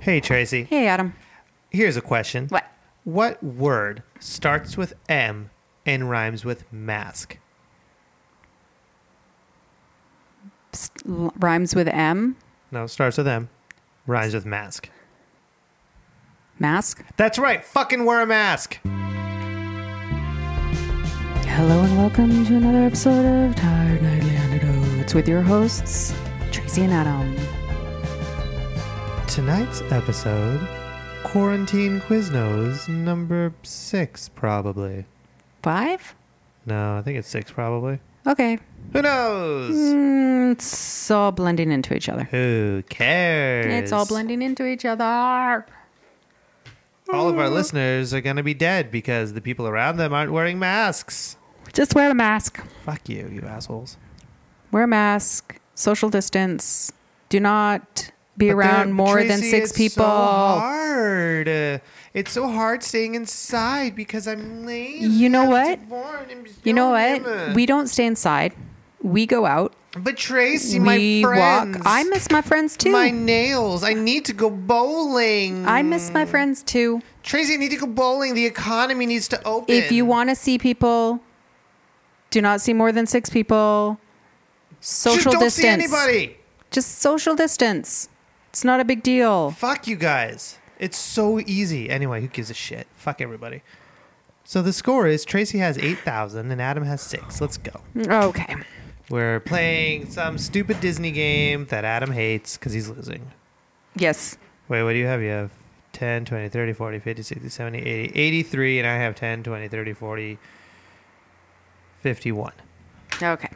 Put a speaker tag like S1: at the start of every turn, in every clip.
S1: Hey, Tracy.
S2: Hey, Adam.
S1: Here's a question.
S2: What?
S1: What word starts with M and rhymes with mask?
S2: S- l- rhymes with M.
S1: No, it starts with M, rhymes with mask.
S2: Mask.
S1: That's right. Fucking wear a mask.
S2: Hello and welcome to another episode of Tired Nightly Antidotes with your hosts, Tracy and Adam.
S1: Tonight's episode Quarantine Quiznos number six, probably.
S2: Five?
S1: No, I think it's six, probably.
S2: Okay.
S1: Who knows?
S2: Mm, it's all blending into each other.
S1: Who cares?
S2: It's all blending into each other.
S1: All of our listeners are going to be dead because the people around them aren't wearing masks.
S2: Just wear a mask.
S1: Fuck you, you assholes.
S2: Wear a mask. Social distance. Do not be
S1: But
S2: around
S1: they're-
S2: more than
S1: Tracy,
S2: six
S1: it's
S2: people.
S1: So hard. Uh, It's so hard staying inside because I'm lazy.
S2: You know
S1: I'm
S2: what?
S1: bored, I'm just
S2: you know
S1: doing
S2: what?
S1: it.
S2: We don't stay inside. We go out.
S1: but Tracy,
S2: we
S1: my friends.
S2: walk. I miss my friends too.
S1: my nails. I need to go bowling.
S2: I miss my friends too.
S1: Tracy. I need to go bowling. The economy needs to open.
S2: If you want to see people, do not see more than six people. Social
S1: Just don't see
S2: distance.
S1: anybody.
S2: Just social distance. It's not a big deal.
S1: Fuck you guys. It's so easy. Anyway, who gives a shit? Fuck everybody. So the score is Tracy has eight thousand and Adam has six. Let's go.
S2: Okay.
S1: We're playing some stupid Disney game that Adam hates because he's losing.
S2: Yes.
S1: Wait, what do you have? You have 10, 20, 30, 40, 50, 60, 70, 80, 83, and I have 10, 20, 30, 40, 51.
S2: Okay.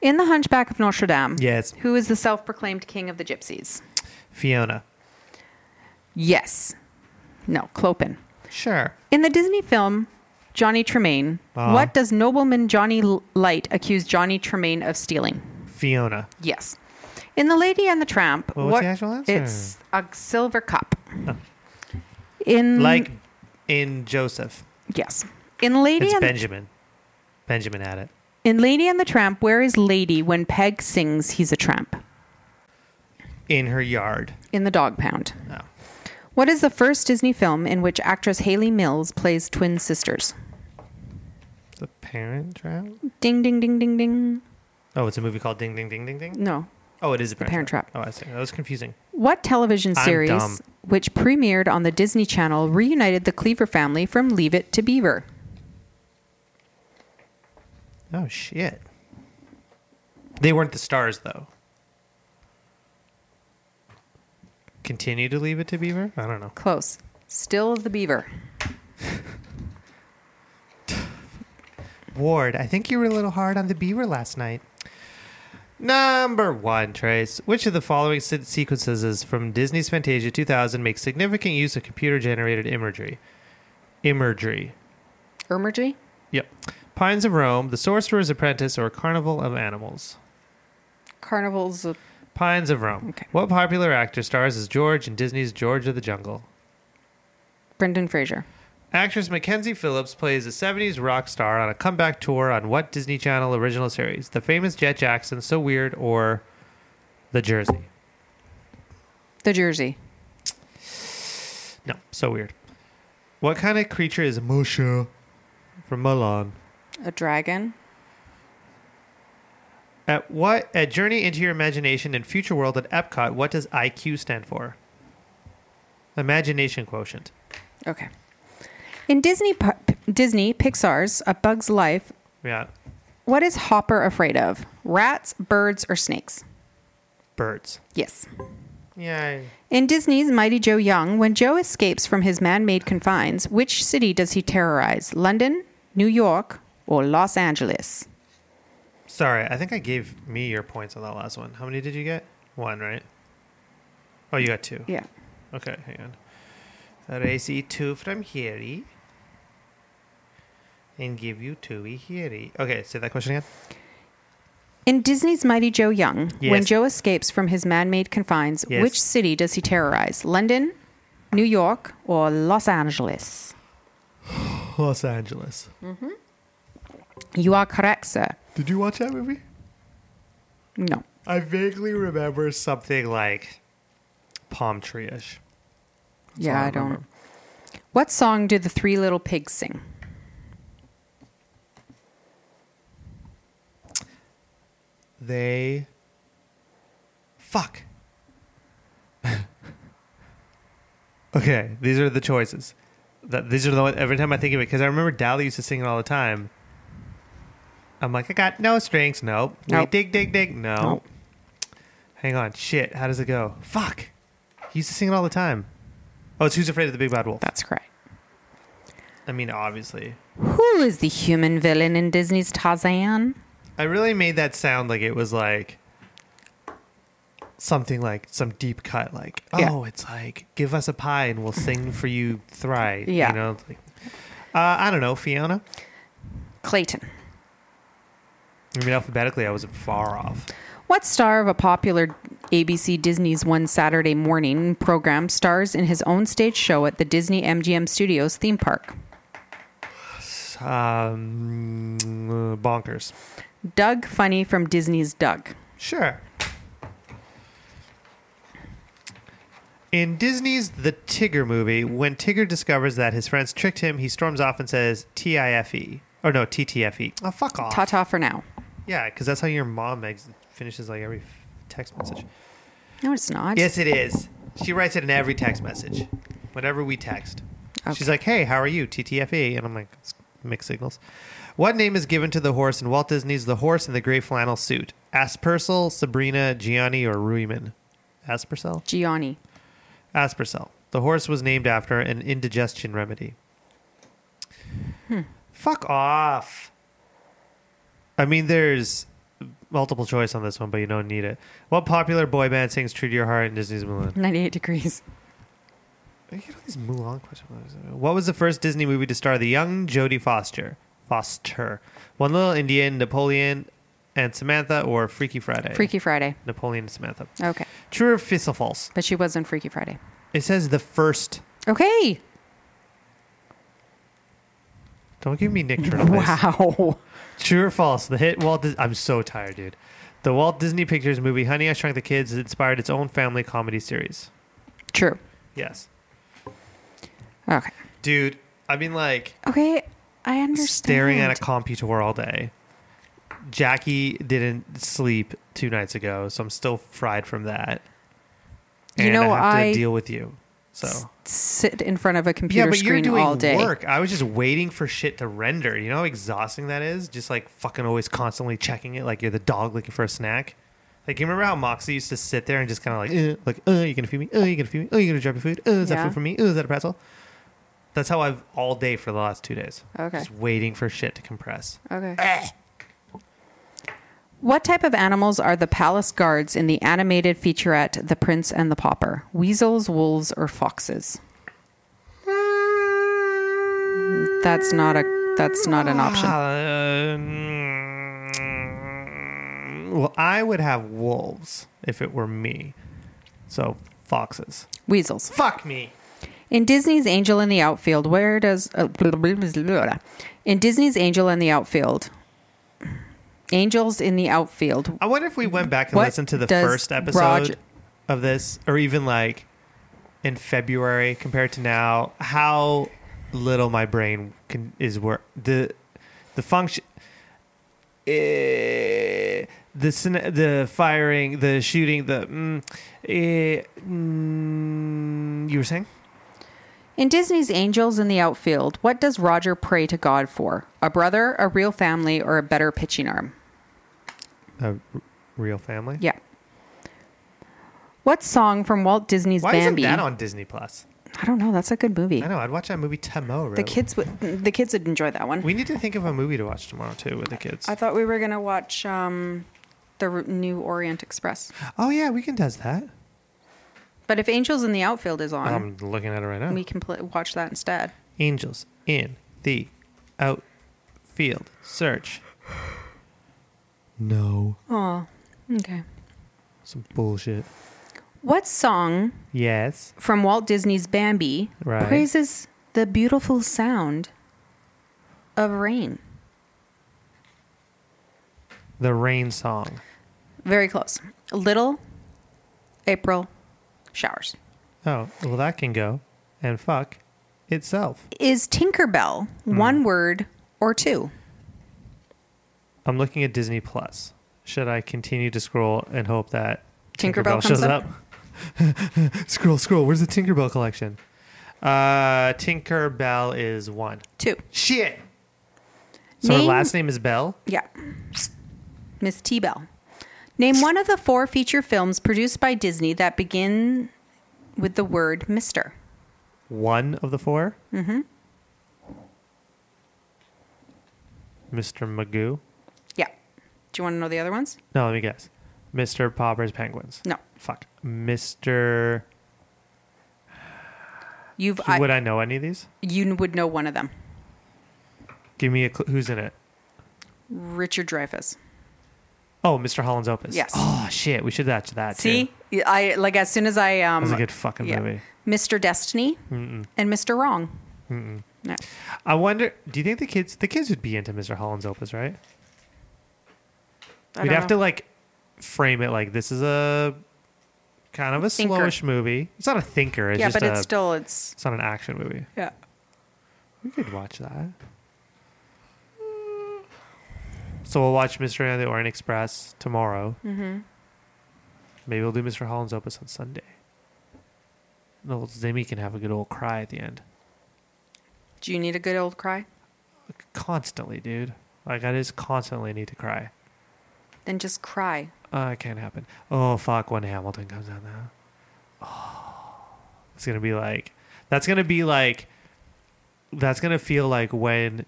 S2: In The Hunchback of Notre Dame,
S1: Yes.
S2: who is the self proclaimed king of the gypsies?
S1: Fiona.
S2: Yes. No, Clopin.
S1: Sure.
S2: In the Disney film Johnny Tremaine,
S1: Uh-huh.
S2: what does nobleman Johnny L- Light accuse Johnny Tremaine of stealing?
S1: Fiona.
S2: Yes. In The Lady and the Tramp,
S1: Well, what's the actual answer?
S2: It's a silver cup. In
S1: Like in Joseph.
S2: yes. In Lady
S1: It's
S2: and
S1: Benjamin. Benjamin had it.
S2: in Lady and the Tramp, where is Lady when Peg sings he's a tramp?
S1: In her yard.
S2: In the dog pound.
S1: No.
S2: What is the first Disney film in which actress Haley Mills plays twin sisters?
S1: The parent trap?
S2: Ding ding ding ding ding.
S1: Oh, it's a movie called Ding Ding Ding Ding Ding?
S2: No.
S1: Oh, it is a parent,
S2: Parent
S1: Oh, I see. That was confusing.
S2: What television
S1: I'm dumb.
S2: series, which premiered on the Disney Channel, reunited the Cleaver family from Leave It to Beaver?
S1: Oh shit. They weren't the stars though. Continue to leave it to Beaver? I don't know.
S2: Close. Still the Beaver.
S1: Ward, I think you were a little hard on the Beaver last night. Number one, Trace. Which of the following se- sequences is from Disney's Fantasia 2000 makes significant use of computer generated imagery? Imagery.
S2: Ermergy?
S1: Yep. Pines of Rome, The Sorcerer's Apprentice, or Carnival of Animals?
S2: Carnival's a
S1: Pines of Rome.
S2: Okay.
S1: What popular actor stars as George in Disney's George of the Jungle?
S2: Brendan Fraser.
S1: Actress Mackenzie Phillips plays a 70s rock star on a comeback tour on what Disney Channel original series? The famous Jet Jackson, So Weird, or The Jersey?
S2: The Jersey.
S1: No, So Weird. What kind of creature is Musha from Mulan?
S2: A dragon.
S1: At what at Journey into Your Imagination and Future World at Epcot, what does IQ stand for? Imagination quotient.
S2: Okay. In Disney, pi- Disney Pixar's A Bug's Life,
S1: Yeah.
S2: what is Hopper afraid of? Rats, birds, or snakes?
S1: Birds.
S2: Yes.
S1: Yeah.
S2: In Disney's Mighty Joe Young, when Joe escapes from his man made confines, which city does he terrorize? London, New York, or Los Angeles?
S1: Sorry, I think I gave me your points on that last one. How many did you get? One, right? Oh, you got two.
S2: Yeah.
S1: Okay, hang on. Racy two from here. And give you two here. Okay, say that question again.
S2: In Disney's Mighty Joe Young, when
S1: Yes.
S2: Joe escapes from his man made confines,
S1: Yes.
S2: which city does he terrorize? London, New York, or Los Angeles?
S1: Los Angeles.
S2: You are correct, sir.
S1: Did you watch that movie?
S2: No.
S1: I vaguely remember something like palm tree ish.
S2: Yeah,
S1: all
S2: I don't.
S1: remember.
S2: What song do the three little pigs sing?
S1: They. Fuck. okay, these are the choices. That these are the one every time I think of it because I remember Dally used to sing it all the time. I'm like, I got no strings. Nope.
S2: Nope.
S1: Wait, dig, dig, dig. No.
S2: Nope.
S1: Hang on. Shit. How does it go? Fuck. He used to sing it all the time. Oh, it's Who's Afraid of the Big Bad Wolf.
S2: That's correct.
S1: I mean, obviously.
S2: Who is the human villain in Disney's Tarzan?
S1: I really made that sound like it was like something like some deep cut, like
S2: Yeah.
S1: oh, it's like give us a pie and we'll sing for you, thrive.
S2: Yeah.
S1: you know. it's like- uh, I don't know, Fiona.
S2: Clayton.
S1: I mean, alphabetically, I was far off.
S2: What star of a popular ABC Disney's One Saturday Morning program stars in his own stage show at the Disney MGM Studios theme park?
S1: Um, bonkers.
S2: Doug Funny from Disney's Doug.
S1: Sure. In Disney's The Tigger movie, when Tigger discovers that his friends tricked him, he storms off and says T I F E. Or no, TTFE. Oh, fuck off.
S2: Ta ta for now.
S1: Yeah, because that's how your mom ex- finishes like every f- text message.
S2: No, it's not.
S1: Yes, it is. She writes it in every text message, whatever we text.
S2: Okay.
S1: She's like, "Hey, how are you?" TTFE, E." and I'm like, "It's "Mixed signals." What name is given to the horse in Walt Disney's The Horse in the Gray Flannel Suit? Aspersel, Sabrina, Gianni, or Ruiman? Aspersel.
S2: Gianni.
S1: Aspercell. The horse was named after an indigestion remedy. Fuck off. I mean, there's multiple choice on this one, but you don't need it. What popular boy band sings True to Your Heart in Disney's Mulan?
S2: 98 degrees.
S1: I get all these Mulan questions. What was the first Disney movie to star the young Jodie Foster? Foster. One Little Indian, Napoleon and Samantha, or Freaky Friday?
S2: Freaky Friday.
S1: Napoleon and Samantha.
S2: Okay.
S1: True or fis- or false?
S2: But she was on Freaky Friday.
S1: It says the first.
S2: Okay.
S1: Don't give me Nick Turtle. face.
S2: Wow.
S1: True or false? The hit Walt. Dis- I'm so tired, dude. The Walt Disney Pictures movie "Honey, I Shrunk the Kids" inspired its own family comedy series.
S2: True.
S1: Yes,
S2: Okay.
S1: dude. I've been like
S2: Okay. I understand.
S1: staring at a computer all day. Jackie didn't sleep two nights ago, so I'm still fried from that.
S2: You
S1: And
S2: know,
S1: I have
S2: I-
S1: to deal with you. So
S2: sit in front of a computer
S1: yeah, but
S2: screen
S1: you're doing
S2: all day.
S1: work. I was just waiting for shit to render. You know how exhausting that is? Just like fucking always constantly checking it, like you're the dog looking for a snack. Like you remember how Moxie used to sit there and just kind of like, uh, like, uh, you gonna feed me? Uh, you gonna feed me? Uh, you gonna drop your food? Uh, is
S2: Yeah.
S1: that food for me? Uh, is that a pretzel? That's how I've all day for the last two days.
S2: Okay.
S1: just waiting for shit to compress.
S2: Okay. Eh. What type of animals are the palace guards in the animated featurette The Prince and the Pauper? Weasels, wolves, or foxes? That's not a that's not an option. Ah.
S1: Uh, mm, Um, well, I would have wolves if it were me. So foxes.
S2: Weasels.
S1: Fuck me.
S2: In Disney's Angel in the Outfield, where does uh, In Disney's Angel in the Outfield, Angels in the Outfield,
S1: I wonder if we went back and
S2: What
S1: listened to the
S2: does
S1: first episode
S2: Roger-
S1: of this, or even like in February compared to now, how little my brain can is work the the function. Eh, the syn- the firing, the shooting, the mm, eh, mm, you were saying
S2: In Disney's Angels in the Outfield, what does Roger pray to God for? A brother, a real family, or a better pitching arm?
S1: a r- real family.
S2: Yeah. What song from Walt Disney's
S1: Why
S2: Bambi?
S1: isn't that on Disney Plus?
S2: I don't know. That's a good movie.
S1: I know I'd watch that movie tomorrow.
S2: The kids would the kids would enjoy that one.
S1: We need to think of a movie to watch tomorrow too with the kids.
S2: I thought we were gonna watch um, the R- new Orient Express,
S1: oh yeah, we can does that.
S2: but if Angels in the Outfield is on,
S1: I'm looking at it right now.
S2: we can pl- watch that instead.
S1: Angels in the outfield. Search. No.
S2: Oh, okay.
S1: Some bullshit.
S2: What song
S1: Yes.
S2: from Walt Disney's Bambi
S1: Right.
S2: praises the beautiful sound of rain.
S1: The rain song.
S2: Very close. Little April showers.
S1: Oh, well, that can go. and fuck itself.
S2: Is Tinkerbell
S1: Hmm.
S2: one word or two?
S1: I'm looking at Disney Plus. Should I continue to scroll and hope that
S2: Tinkerbell comes
S1: shows
S2: up?
S1: up? scroll, scroll. Where's the Tinkerbell collection? Uh, Tinkerbell is one.
S2: Two.
S1: Shit. So her
S2: Name-
S1: last name is Bell.
S2: Yeah. Miss T Bell. Name one of the four feature films produced by Disney that begin with the word Mr.
S1: One of the 4 Mm-hmm. Mr. Magoo.
S2: Yeah. Do you want to know the other ones?
S1: No, let me guess. Mr. Popper's Penguins.
S2: No.
S1: Fuck. Mr.
S2: You've I,
S1: Would I know any of these?
S2: you would know one of them.
S1: Give me a clue. Who's in it?
S2: Richard Dreyfuss.
S1: Oh, Mr. Holland's Opus.
S2: Yes.
S1: Oh shit, we should watch that. too.
S2: See? I like as soon as I um
S1: that was a good fucking
S2: yeah.
S1: movie.
S2: Mr. Destiny and Mr. Wrong. No.
S1: I wonder. Do you think the kids the kids would be into Mr. Holland's Opus, right?
S2: I
S1: We'd
S2: don't
S1: have to
S2: know.
S1: like frame it like this is a kind of a
S2: Thinker.
S1: slowish movie. It's not a thinker. It's
S2: Yeah,
S1: just
S2: but
S1: a,
S2: it's still it's
S1: it's not an action movie.
S2: yeah.
S1: We could watch that.
S2: Mm.
S1: So we'll watch Mystery on the Orient Express tomorrow. Mm-hmm. Maybe we'll do Mr. Holland's Opus on Sunday. And old Zimmy can have a good old cry at the end.
S2: Do you need a good old cry?
S1: Constantly, dude. Like, I just constantly need to cry.
S2: Then just cry.
S1: Uh, it can't happen. Oh, fuck, when Hamilton comes out now. Oh, it's going to be like, that's going to be like, that's going to feel like when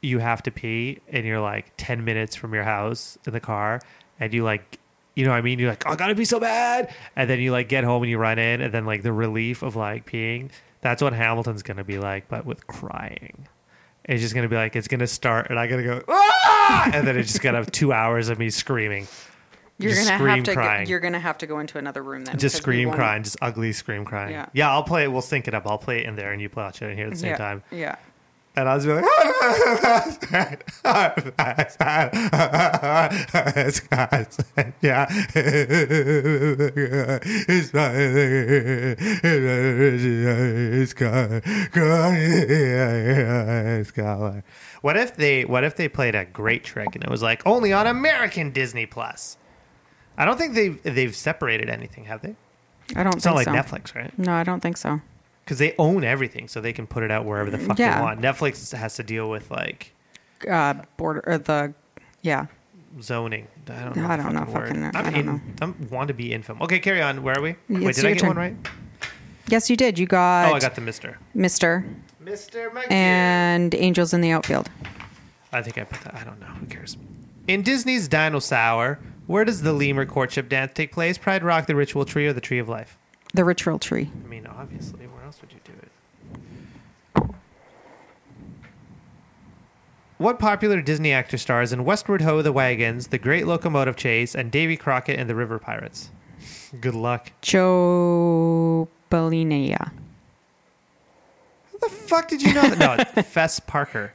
S1: you have to pee and you're like 10 minutes from your house in the car and you like, you know what I mean? You're like, oh, I gotta be so bad. And then you like get home and you run in and then like the relief of like peeing. That's what Hamilton's going to be like, but with crying. It's just going to be like, it's going to start and I got to go, ah! and then it's just going to have two hours of me screaming.
S2: You're
S1: Just
S2: gonna
S1: scream
S2: have to go-
S1: crying.
S2: you're gonna have to go into another room then.
S1: Just
S2: 'cause we
S1: scream
S2: won't-
S1: crying, just ugly scream crying.
S2: Yeah.
S1: Yeah. I'll play it. We'll sync it up. I'll play it in there and you play it in here at the same
S2: yeah,
S1: time.
S2: Yeah.
S1: And I'll just be like, yeah. It's not- it's God. God, yeah, it's God. What if they what if they played a great trick and it was like only on American Disney Plus? I don't think they've they've separated anything, have they?
S2: I don't
S1: It's
S2: think
S1: not like
S2: so.
S1: Netflix, right?
S2: No, I don't think so.
S1: because they own everything, so they can put it out wherever the fuck
S2: Yeah.
S1: they want. Netflix has to deal with like
S2: Uh, border or the, yeah.
S1: zoning. I don't know.
S2: I
S1: the
S2: don't know
S1: fucking word.
S2: fucking-
S1: I'm
S2: I don't
S1: in,
S2: know.
S1: I'm want to be in film. Okay, carry on. Where are we?
S2: It's
S1: Wait, did
S2: your
S1: I get
S2: turn. Uh,
S1: one right?
S2: Yes, you did. You got,
S1: oh, I got the Mister.
S2: Mister
S1: Mister McGee.
S2: and Angels in the Outfield.
S1: I think I put that. I don't know. Who cares? In Disney's Dinosaur, where does the lemur courtship dance take place? Pride Rock, the Ritual Tree, or the Tree of Life?
S2: The Ritual Tree.
S1: I mean, obviously, where else would you do it? What popular Disney actor stars in Westward Ho, The Wagons, The Great Locomotive Chase, and Davy Crockett and the River Pirates? Good luck.
S2: Joe Balinia.
S1: How the fuck did you know that? No, it's Fess Parker.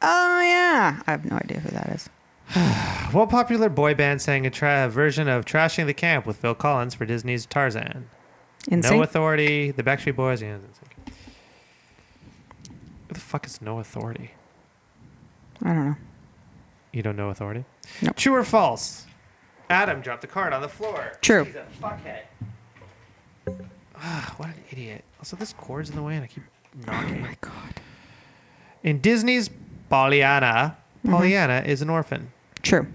S2: Oh yeah, I have no idea who that is.
S1: What popular boy band sang a tra- version of Trashing the Camp with Phil Collins for Disney's Tarzan?
S2: In
S1: No
S2: sync.
S1: Authority, The Backstreet Boys. Yeah, NSYNC. Who the fuck is No Authority?
S2: I don't know.
S1: You don't know authority?
S2: No.
S1: True or false? Adam dropped the card on the floor.
S2: True.
S1: He's a fuckhead. Ah, what an idiot. Also, this cord's in the way and I keep knocking.
S2: Oh My God.
S1: In Disney's Pollyanna,
S2: Mm-hmm.
S1: Pollyanna is an orphan.
S2: True.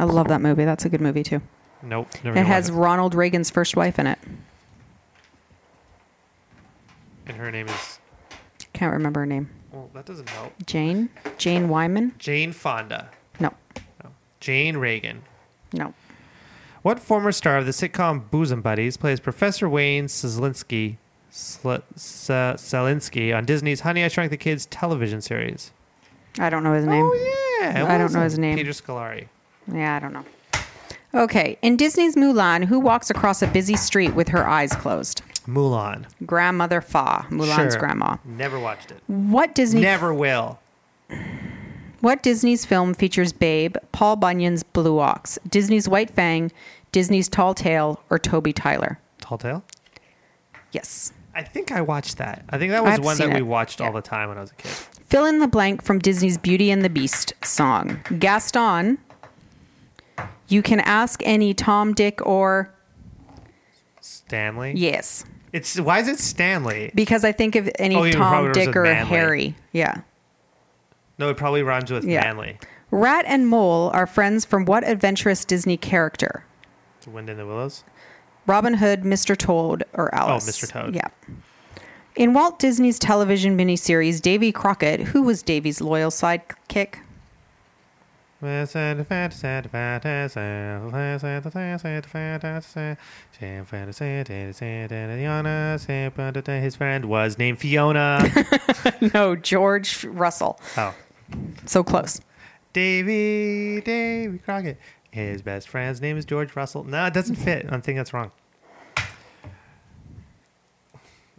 S2: I love that movie. That's a good movie too.
S1: Nope. Never
S2: It
S1: gonna
S2: has
S1: watch
S2: Ronald Reagan's first wife in it.
S1: it. And her name is.
S2: Can't remember her name.
S1: Well, that doesn't help.
S2: Jane. Jane Wyman.
S1: Jane Fonda.
S2: No.
S1: No. Jane Reagan.
S2: No.
S1: What former star of the sitcom Bosom Buddies plays Professor Wayne Szelinski, Sl- Se- Selinsky on Disney's Honey, I Shrunk the Kids television series?
S2: I don't know his name.
S1: Oh yeah,
S2: I
S1: What
S2: don't
S1: is
S2: know
S1: it?
S2: his name.
S1: Peter Scolari.
S2: Yeah, I don't know. Okay, in Disney's Mulan, who walks across a busy street with her eyes closed?
S1: Mulan.
S2: Grandmother Fa, Mulan's
S1: Sure.
S2: grandma.
S1: Never watched it.
S2: What Disney?
S1: Never will.
S2: What Disney's film features Babe, Paul Bunyan's Blue Ox, Disney's White Fang, Disney's Tall Tale, or Toby Tyler?
S1: Tall Tale.
S2: Yes.
S1: I think I watched that. I think that was
S2: I've
S1: one that
S2: seen
S1: we
S2: it.
S1: watched all
S2: Yeah.
S1: the time when I was a kid.
S2: Fill in the blank from Disney's Beauty and the Beast song. Gaston, you can ask any Tom, Dick, or.
S1: Stanley.
S2: Yes.
S1: It's why is it Stanley?
S2: Because I think of any
S1: Oh, you probably
S2: Tom,
S1: was
S2: Dick,
S1: a
S2: or
S1: manly.
S2: Harry. Yeah.
S1: No, it probably rhymes with
S2: Yeah.
S1: Manly.
S2: Rat and Mole are friends from what adventurous Disney character?
S1: The Wind in the Willows.
S2: Robin Hood, Mr. Toad, or Alice?
S1: Mr. Toad.
S2: Yeah. In Walt Disney's television miniseries Davy Crockett, who was Davy's loyal sidekick?
S1: His friend was named Fiona.
S2: no, George Russell.
S1: Oh,
S2: So close.
S1: Davy, Davy Crockett. His best friend's name is George Russell. No, it doesn't fit. I think that's wrong.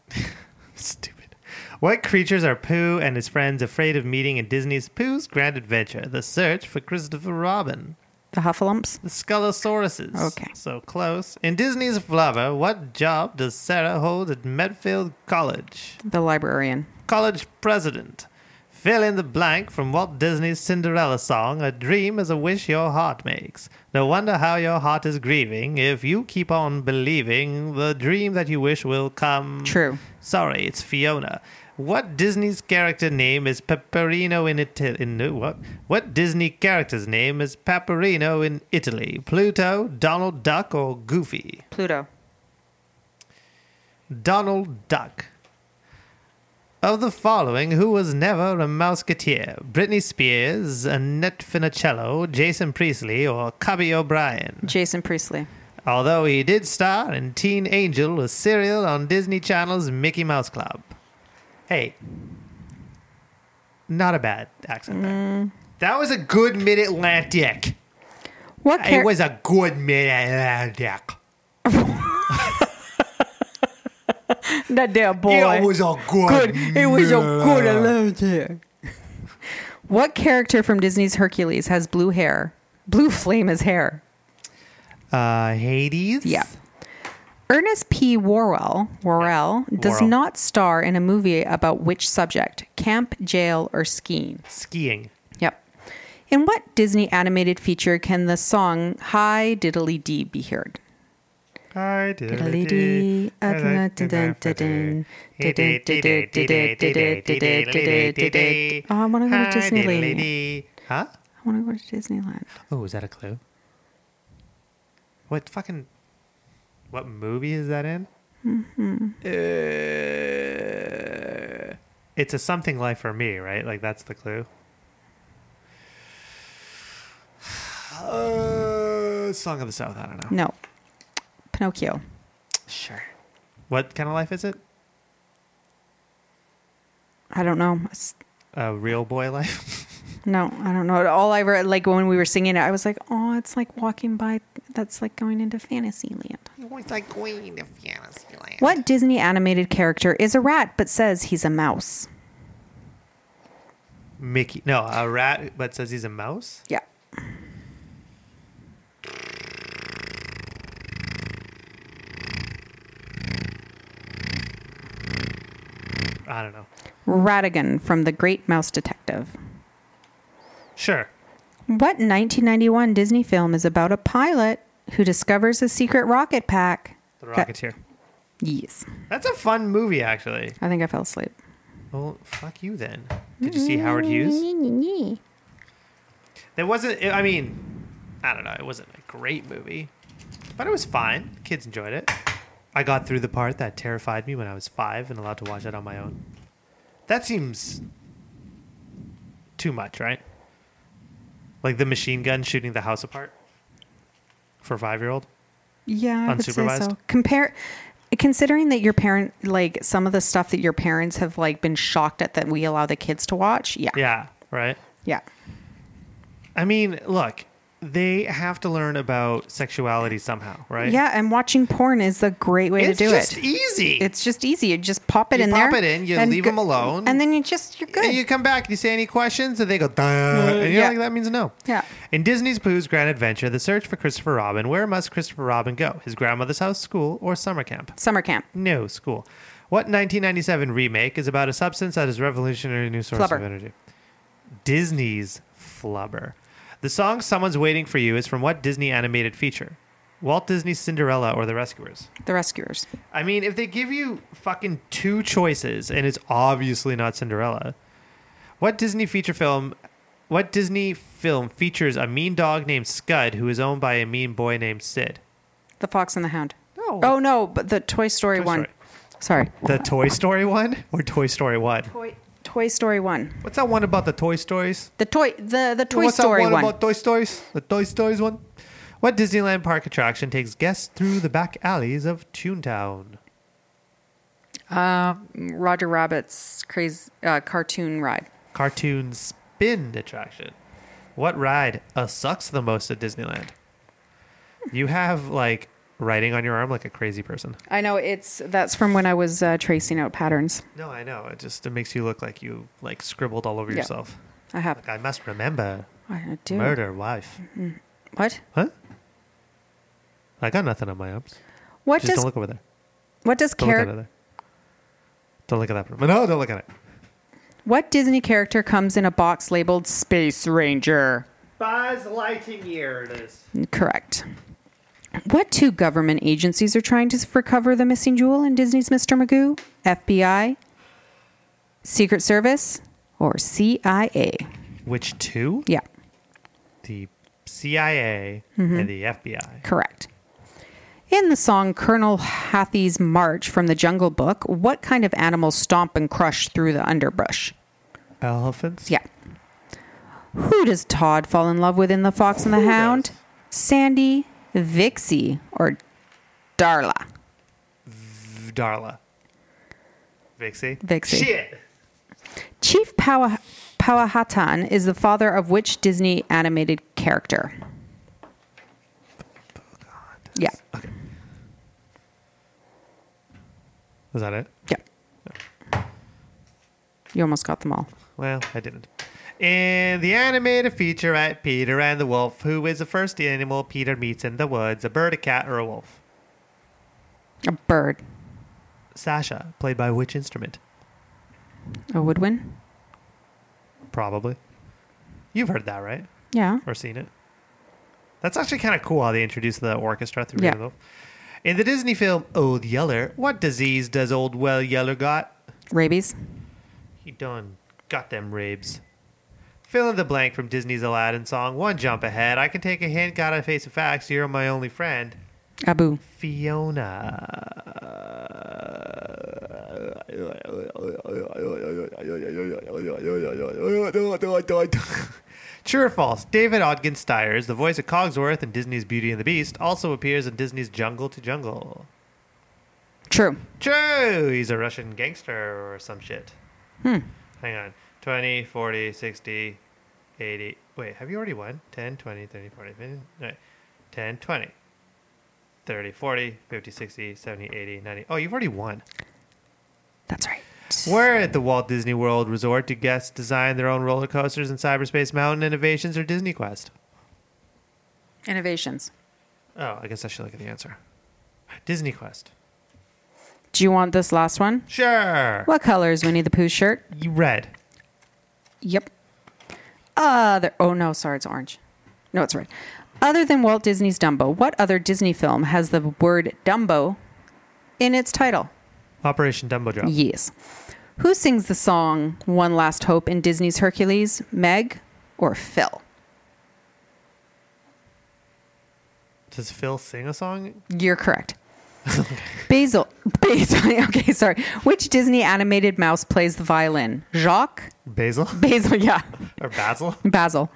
S1: Stupid. What creatures are Pooh and his friends afraid of meeting in Disney's Pooh's Grand Adventure? The search for Christopher Robin.
S2: The Huffalumps?
S1: The Scullosauruses.
S2: Okay.
S1: So close. In Disney's Flubber, what job does Sarah hold at Medfield College?
S2: The librarian.
S1: College president. Fill in the blank from Walt Disney's Cinderella song, A Dream is a Wish Your Heart Makes. No wonder how your heart is grieving if you keep on believing the dream that you wish will come.
S2: True.
S1: Sorry, it's Fiona. What Disney's character name is Pepperino in Italy? In no, what? What Disney character's name is Pepperino in Italy? Pluto, Donald Duck, or Goofy?
S2: Pluto.
S1: Donald Duck. Of the following, who was never a Mouseketeer? Britney Spears, Annette Funicello, Jason Priestley, or Cubby O'Brien?
S2: Jason Priestley.
S1: Although he did star in Teen Angel, a serial on Disney Channel's Mickey Mouse Club. Hey, not a bad accent there.
S2: Mm.
S1: That was a good mid Atlantic.
S2: What
S1: It
S2: char-
S1: was a good mid Atlantic.
S2: that there
S1: It was a good.
S2: allergy. What character from Disney's Hercules has blue hair? Blue flame is hair.
S1: Uh, Hades?
S2: Yeah. Ernest P. Worrell, Worrell does
S1: Worrell.
S2: not star in a movie about which subject? Camp, jail, or skiing?
S1: Skiing.
S2: Yep. In what Disney animated feature can the song Hi Diddly Dee be heard?
S1: Hi,
S2: Diddly-dee, ah-dun-dun-dun-dun-dun. Di-di-di-di-di-di-di-di-di-di-di-di-di-di. Oh, I wanna go to
S1: Hi,
S2: Disneyland.
S1: diddly-dee. Huh?
S2: I want to go to Disneyland.
S1: Oh, is that a clue? What fucking. What movie is that in? Uh, it's a something life for me, right? Like, that's the clue. Uh, Song of the South, I don't know.
S2: No. Pinocchio.
S1: Sure. What kind of life is it?
S2: I don't know. It's-
S1: A real boy life?
S2: No, I don't know. All I read, like when we were singing it, I was like, oh, it's like walking by. That's like going into Fantasyland.
S3: You always like going to Fantasyland.
S2: What Disney animated character is a rat but says he's a mouse?
S1: Mickey. No, a rat, but says he's a mouse?
S2: Yeah.
S1: I don't know.
S2: Ratigan from The Great Mouse Detective.
S1: Sure.
S2: What 1991 Disney film is about a pilot who discovers a secret rocket pack?
S1: The
S2: that-
S1: Rocketeer.
S2: yes.
S1: That's a fun movie, actually.
S2: I think I fell asleep.
S1: Well, fuck you then. Did you see Howard Hughes? There wasn't, I mean, I don't know. It wasn't a great movie, but it was fine. Kids enjoyed it. I got through the part that terrified me when I was five and allowed to watch it on my own. That seems too much, right? Like the machine gun shooting the house apart for a five year old?
S2: Yeah, I would say
S1: Unsupervised?
S2: so. Compare considering that your parent like some of the stuff that your parents have like been shocked at that we allow the kids to watch. Yeah.
S1: Yeah, right?
S2: Yeah.
S1: I mean, look, they have to learn about sexuality somehow, right?
S2: Yeah, and watching porn is a great way
S1: It's
S2: to do
S1: just
S2: it.
S1: easy.
S2: It's just easy. You just pop it
S1: You
S2: in there.
S1: pop it in, you
S2: and
S1: leave 'em alone.
S2: and then you just you're good. Mm-hmm.
S1: And you come back and you say any questions, and they go, "Duh," and you're
S2: yeah.
S1: like, that means no.
S2: Yeah.
S1: In Disney's Pooh's Grand Adventure, the search for Christopher Robin, where must Christopher Robin go? His grandmother's house, school, or summer camp?
S2: Summer camp.
S1: No, school. What 1997 remake is about a substance that is revolutionary new source of
S2: Flubber.
S1: energy? Disney's Flubber. The song Someone's Waiting for You is from what Disney animated feature? Walt Disney's Cinderella or The Rescuers?
S2: The rescuers.
S1: I mean, if they give you fucking two choices and it's obviously not Cinderella, what Disney feature film? What Disney film features a mean dog named Scud who is owned by a mean boy named Sid?
S2: The fox and the hound.
S1: No.
S2: Oh no, but the Toy Story
S1: Toy
S2: one. Sorry.
S1: The Toy Story one or Toy Story one?
S2: Toy Toy Story one.
S1: What's that one about the Toy Stories?
S2: The toy the the Toy
S1: What's
S2: Story
S1: that one,
S2: one.
S1: about Toy Stories? The Toy Stories one. What Disneyland park attraction takes guests through the back alleys of Toontown?
S2: Roger Rabbit's crazy uh, cartoon ride.
S1: Cartoon spin attraction. What ride uh, sucks the most at Disneyland? You have like writing on your arm like a crazy person.
S2: I know it's that's from when I was uh, tracing out patterns.
S1: No, I know. It just it makes you look like you like scribbled all over
S2: Yeah.
S1: yourself.
S2: I have.
S1: Like I must remember
S2: I do.
S1: murder wife.
S2: What?
S1: Huh? I got nothing on my arms.
S2: What
S1: Just
S2: does
S1: don't look over there.
S2: what does
S1: Don't look at it
S2: character
S1: there. Don't look at that. No, don't look at it.
S2: what Disney character comes in a box labeled Space Ranger?
S1: Buzz Lightyear it is.
S2: Correct. What two government agencies are trying to s- recover the missing jewel in Disney's Mr. Magoo? FBI, Secret Service, or CIA?
S1: Which two?
S2: Yeah,
S1: The CIA
S2: Mm-hmm.
S1: and the FBI.
S2: correct. In the song Colonel Hathie's March from the Jungle Book, what kind of animals stomp and crush through the underbrush?
S1: Elephants?
S2: Yeah. Who does Todd fall in love with in The Fox and the Hound?
S1: does?
S2: Sandy, Vixie, or Darla?
S1: V- Darla. Vixie?
S2: Vixie.
S1: Shit.
S2: Chief Powa- Powhatan is the father of which Disney animated character? Yeah.
S1: Was that it?
S2: Yeah. You almost got them all.
S1: Well, I didn't. In the animated featurette, Peter and the Wolf, who is the first animal Peter meets in the woods? A bird, a cat, or a wolf?
S2: A bird.
S1: Sasha, played by which instrument?
S2: A woodwind?
S1: Probably. You've heard that, right?
S2: Yeah.
S1: or seen it. That's actually kind of cool how they introduced the orchestra through
S2: Yeah.
S1: yeah. In the Disney film Old Yeller, what disease does Old Well Yeller got?
S2: Rabies?
S1: He done got them ribs. Fill in the blank from Disney's Aladdin song. One jump ahead. I can take a hint. Gotta face the facts. You're my only friend.
S2: Abu.
S1: Fiona. True or false? David Ogden Stier is the voice of Cogsworth in Disney's Beauty and the Beast. Also appears in Disney's Jungle to Jungle.
S2: True.
S1: True. He's a Russian gangster or some shit. Hmm. Hang on. 20, 40, 60, 80. Wait, have you already won? 10, 20, 30, 40, 50. No, 10, 20, 30, 40, 50, 60, 70, 80, 90. Oh, you've already won.
S2: That's right.
S1: Where at the Walt Disney World Resort do guests design their own roller coasters and cyberspace mountain innovations or Disney Quest?
S2: Innovations.
S1: Oh, I guess I should look at the answer. Disney Quest.
S2: Do you want this last one?
S1: Sure.
S2: What color is Winnie the Pooh's shirt?
S1: You Red.
S2: Yep. Other oh no, sorry, it's orange. No, it's red. Other than Walt Disney's Dumbo, what other Disney film has the word Dumbo in its title?
S1: Operation Dumbo Drop.
S2: Yes. Who sings the song One Last Hope in Disney's Hercules? Meg or Phil?
S1: Does Phil sing a song?
S2: You're correct. Basil. Basil. Okay, sorry. Which Disney animated mouse plays the violin? Jacques?
S1: Basil?
S2: Basil, yeah.
S1: or Basil?
S2: Basil.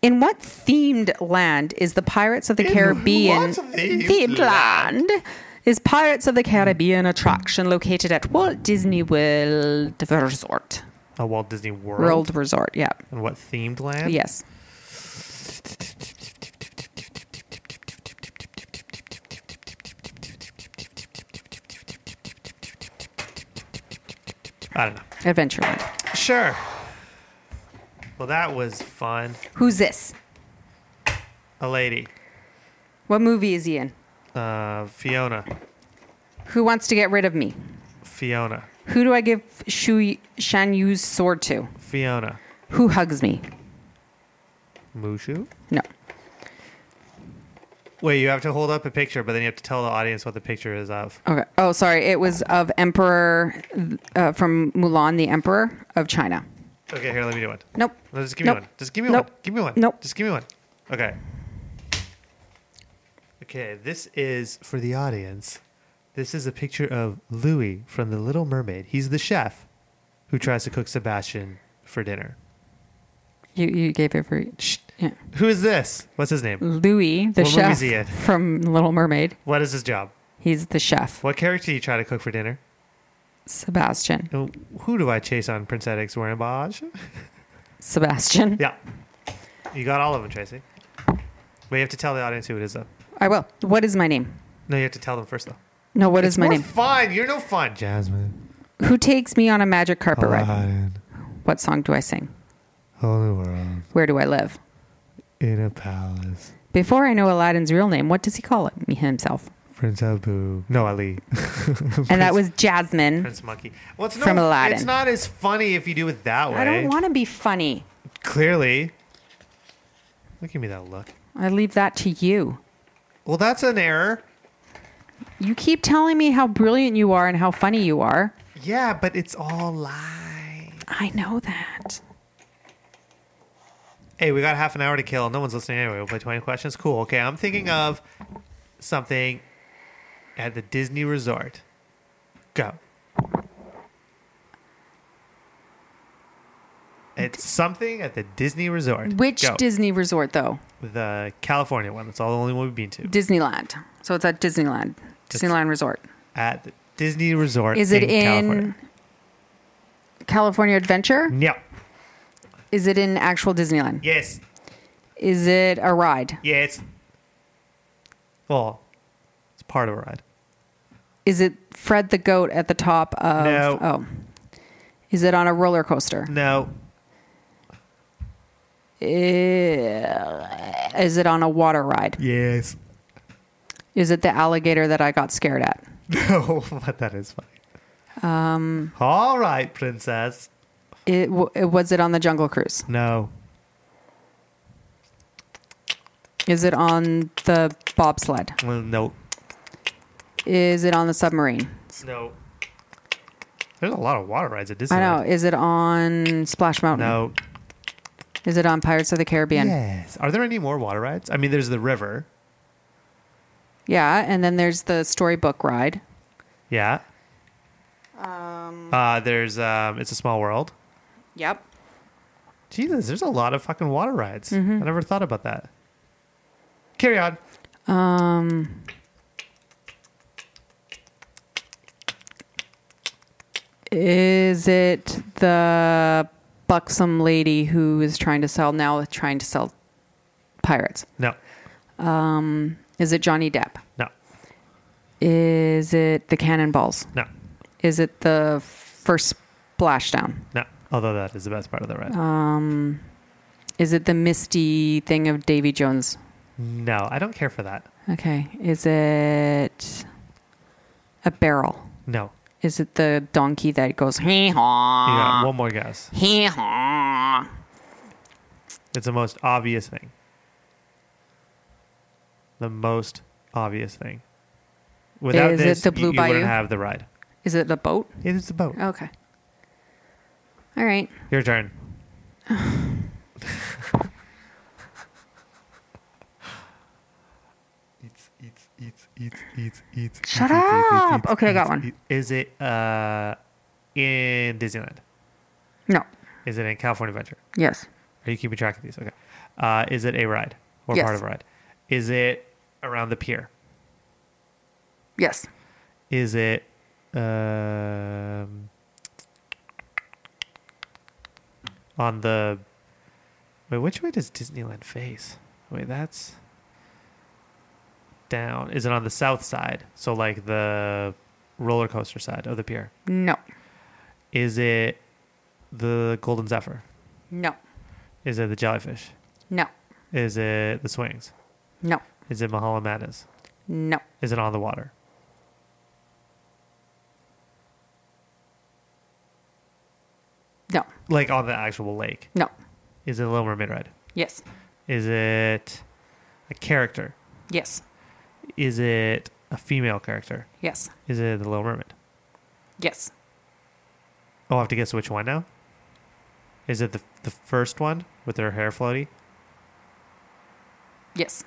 S2: In what themed land is the Pirates of the
S1: In
S2: Caribbean
S1: what themed
S2: land? Is Pirates of the Caribbean attraction located at Walt Disney World Resort?
S1: A Walt Disney World.
S2: World Resort, yeah.
S1: And what themed land?
S2: Yes.
S1: I don't know.
S2: Adventureland.
S1: Sure. Well, that was fun.
S2: Who's this?
S1: A lady,
S2: What movie is he in?
S1: uh, Fiona.
S2: Who wants to get rid of me?
S1: Fiona.
S2: Who do I give Shu Shan Yu's sword to?
S1: Fiona.
S2: Who hugs me?
S1: Mushu?
S2: No.
S1: Wait, you have to hold up a picture, but then you have to tell the audience what the picture is of.
S2: Okay. Oh, sorry. It was of Emperor uh, from Mulan, the Emperor of China.
S1: Okay, here, let me do one.
S2: Nope.
S1: No, just give me
S2: Nope.
S1: one. Just give me
S2: Nope.
S1: one. Give me one.
S2: Nope.
S1: Just give me one. Okay. Okay, this is for the audience. This is a picture of Louis from The Little Mermaid. He's the chef who tries to cook Sebastian for dinner.
S2: You you gave it for
S1: Shh.
S2: yeah.
S1: Who is this? What's his name?
S2: Louis, the
S1: What movie
S2: chef
S1: is he in?
S2: from Little Mermaid.
S1: What is his job?
S2: He's the chef.
S1: What character do you try to cook for dinner?
S2: Sebastian.
S1: And Who do I chase on Prince Edic's Warrenbage?
S2: Sebastian.
S1: Yeah. You got all of them, Tracy. But you have to tell the audience who it is, though.
S2: I will. What is my name?
S1: No, you have to tell them first, though.
S2: No, what is my
S1: We're
S2: name?
S1: fine. You're no fun. Jasmine.
S2: Who takes me on a magic carpet ride?
S1: Aladdin.
S2: What song do I sing?
S1: Whole new world.
S2: Where do I live?
S1: In a palace.
S2: Before I know Aladdin's real name, what does he call it, himself?
S1: Prince Abu. No, Ali.
S2: And that was Jasmine.
S1: Prince Monkey. Well, it's no,
S2: From Aladdin.
S1: It's not as funny if you do it that way.
S2: I don't want to be funny.
S1: Clearly. Look at me that look.
S2: I leave that to you.
S1: Well, that's an error.
S2: You keep telling me how brilliant you are and how funny you are.
S1: Yeah, but it's all lie.
S2: I know that.
S1: Hey, we got half an hour to kill. No one's listening anyway. We'll play 20 questions. Cool. Okay, I'm thinking of something at the Disney Resort. Go. It's something at the Disney Resort.
S2: Which
S1: Go.
S2: Disney resort, though?
S1: The California one. That's all the only one we've been to.
S2: Disneyland. So it's at Disneyland.
S1: That's-
S2: Disneyland Resort.
S1: At the Disney Resort.
S2: Is it in
S1: California. Mm.
S2: California, Adventure?
S1: No.
S2: Is it in actual Disneyland?
S1: Yes.
S2: Is it a ride?
S1: Yes. Well, it's part of a ride.
S2: Is it Fred the Goat at the top of?
S1: No.
S2: Oh. Is it on a roller coaster?
S1: No.
S2: Eh, Is it on a water ride?
S1: Yes.
S2: Is it the alligator that I got scared at?
S1: No, but that is funny. Um. All right, princess.
S2: It, w- it- was it on the Jungle Cruise?
S1: No.
S2: Is it on the bobsled?
S1: Well, No.
S2: Is it on the submarine?
S1: No. There's a lot of water rides at Disney.
S2: I know. Is it on Splash Mountain?
S1: No.
S2: Is it on Pirates of the Caribbean?
S1: Yes. Are there any more water rides? I mean, there's the river.
S2: Yeah, and then there's the storybook ride.
S1: Yeah. Um. Uh, there's um. It's a small world.
S2: Yep.
S1: Jesus, there's a lot of fucking water rides.
S2: Mm-hmm.
S1: I never thought about that. Carry on.
S2: Um, is it the buxom lady who is trying to sell now trying to sell pirates?
S1: No.
S2: Is it Johnny Depp?
S1: No.
S2: Is it the cannonballs?
S1: No.
S2: Is it the first splashdown?
S1: No. Although that is the best part of the ride.
S2: Oh. Um, Is it the misty thing of Davy Jones?
S1: no, I don't care for that.
S2: Okay. Is it a barrel?
S1: No.
S2: Is it the donkey that goes hee haw?
S1: You got one more guess.
S2: Hee haw.
S1: It's the most obvious thing. The most obvious thing. Without
S2: Is it
S1: this,
S2: the
S1: you-
S2: Blue
S1: you, wouldn't
S2: Bayou?
S1: have the ride.
S2: Is it a boat?
S1: It is the boat.
S2: Okay. All right.
S1: Your turn. eats, eats, eats, eats, eats, eats.
S2: Shut eats, eats, eats, up. eats, Okay, I got eats, one. eats.
S1: Is it uh, in Disneyland?
S2: No.
S1: Is it in California Adventure?
S2: Yes.
S1: Are you keeping track of these? Okay. Uh, is it a ride or
S2: Yes.
S1: part of a ride? Is it around the pier?
S2: Yes.
S1: Is it? Um, on the wait, which way does Disneyland face? Wait, that's down. Is it on the south side? So like the roller coaster side of the pier?
S2: No.
S1: Is it the Golden Zephyr?
S2: No.
S1: Is it the Jellyfish?
S2: No.
S1: Is it the Swings?
S2: No.
S1: Is it Mahalo Madness?
S2: No.
S1: Is it On the Water?
S2: No.
S1: Like on the actual lake?
S2: No.
S1: Is it Little Mermaid Ride?
S2: Yes.
S1: Is it a character?
S2: Yes.
S1: Is it a female character?
S2: Yes.
S1: Is it the Little Mermaid?
S2: Yes.
S1: Oh, I have to guess which one now. Is it the the first one with her hair floaty?
S2: Yes.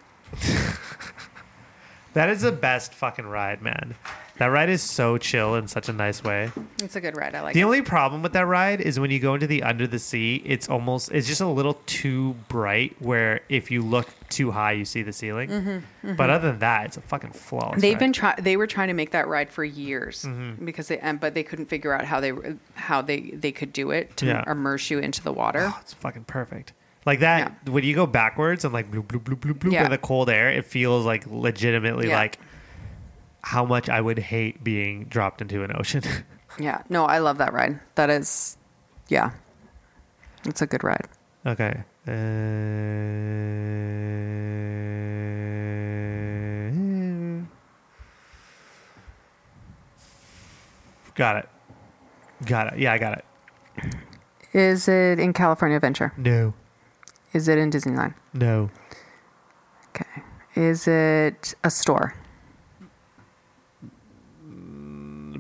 S1: That is the best fucking ride, man. That ride is so chill in such a nice way.
S2: It's a good ride. I like
S1: The
S2: it.
S1: only problem with that ride is when you go into the under the sea, it's almost it's just a little too bright. Where if you look too high, you see the ceiling. But other than that, it's a fucking flawless.
S2: Mm-hmm. They've
S1: ride. Mm-hmm.
S2: been try- they were trying to make that ride for years because they and, but they couldn't figure out how they how they they could do it to
S1: Yeah.
S2: immerse you into the water.
S1: Oh, it's fucking perfect. Like that when you go backwards and like bloop bloop bloop bloop bloop
S2: Yeah.
S1: in the cold air, it feels like legitimately
S2: Yeah.
S1: like how much I would hate being dropped into an ocean.
S2: Yeah. No, I love that ride. That is yeah. It's a good ride.
S1: okay. Uh, got it. Got it. Yeah, I got it.
S2: Is it in California Adventure?
S1: No.
S2: Is it in Disneyland?
S1: No.
S2: Okay. Is it a store?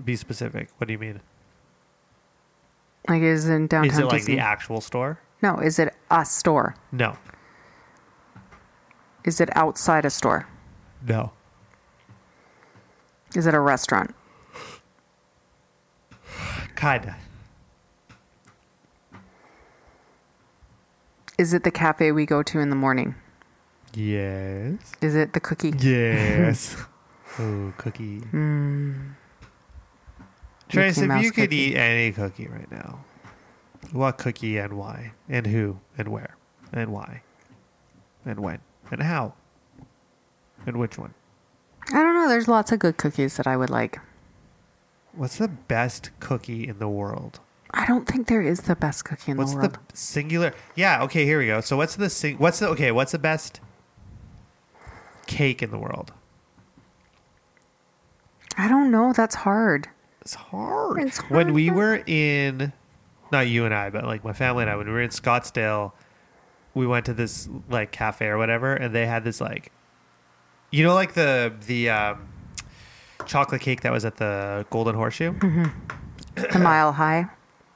S1: Be specific. What do you mean?
S2: Like is it in downtown
S1: Is it like
S2: Disney?
S1: the actual store?
S2: no, is it a store?
S1: No.
S2: Is it outside a store?
S1: No.
S2: Is it a restaurant?
S1: Kinda.
S2: Is it the cafe we go to in the morning?
S1: Yes.
S2: Is it the cookie?
S1: Yes. oh, cookie. Trace,
S2: Hmm. Mickey
S1: if
S2: Mouse
S1: you could
S2: cookie.
S1: eat any cookie right now, what cookie and why? And who? And where? And why? And when? And how? And which one?
S2: I don't know. There's lots of good cookies that I would like.
S1: What's the best cookie in the world?
S2: I don't think there is the best cookie in
S1: What's
S2: the
S1: the,
S2: world.
S1: singular? Yeah, okay, here we go. So what's the sing- what's the okay, what's the best cake in the world?
S2: I don't know. That's hard.
S1: It's hard.
S2: It's
S1: When we
S2: hard.
S1: were in, not you and I, but like my family and I, when we were in Scottsdale, we went to this like cafe or whatever, and they had this like, you know, like the the um, chocolate cake that was at the Golden Horseshoe,
S2: Mm-hmm. The mile high.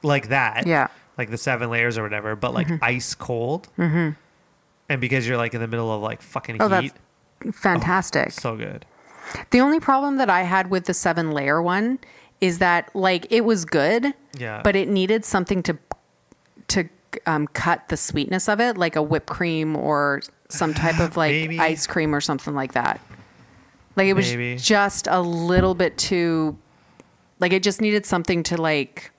S1: like that.
S2: Yeah.
S1: Like the seven layers or whatever, but like ice cold. Mm-hmm. And because you're like in the middle of like fucking
S2: Oh, that's
S1: heat,
S2: fantastic.
S1: Oh, so good.
S2: the only problem that I had with the seven layer one is that like it was good,
S1: Yeah.
S2: but it needed something to to um, cut the sweetness of it, like a whipped cream or some type of like
S1: Maybe.
S2: ice cream or something like that. Like it was
S1: Maybe.
S2: just a little bit too, like it just needed something to like.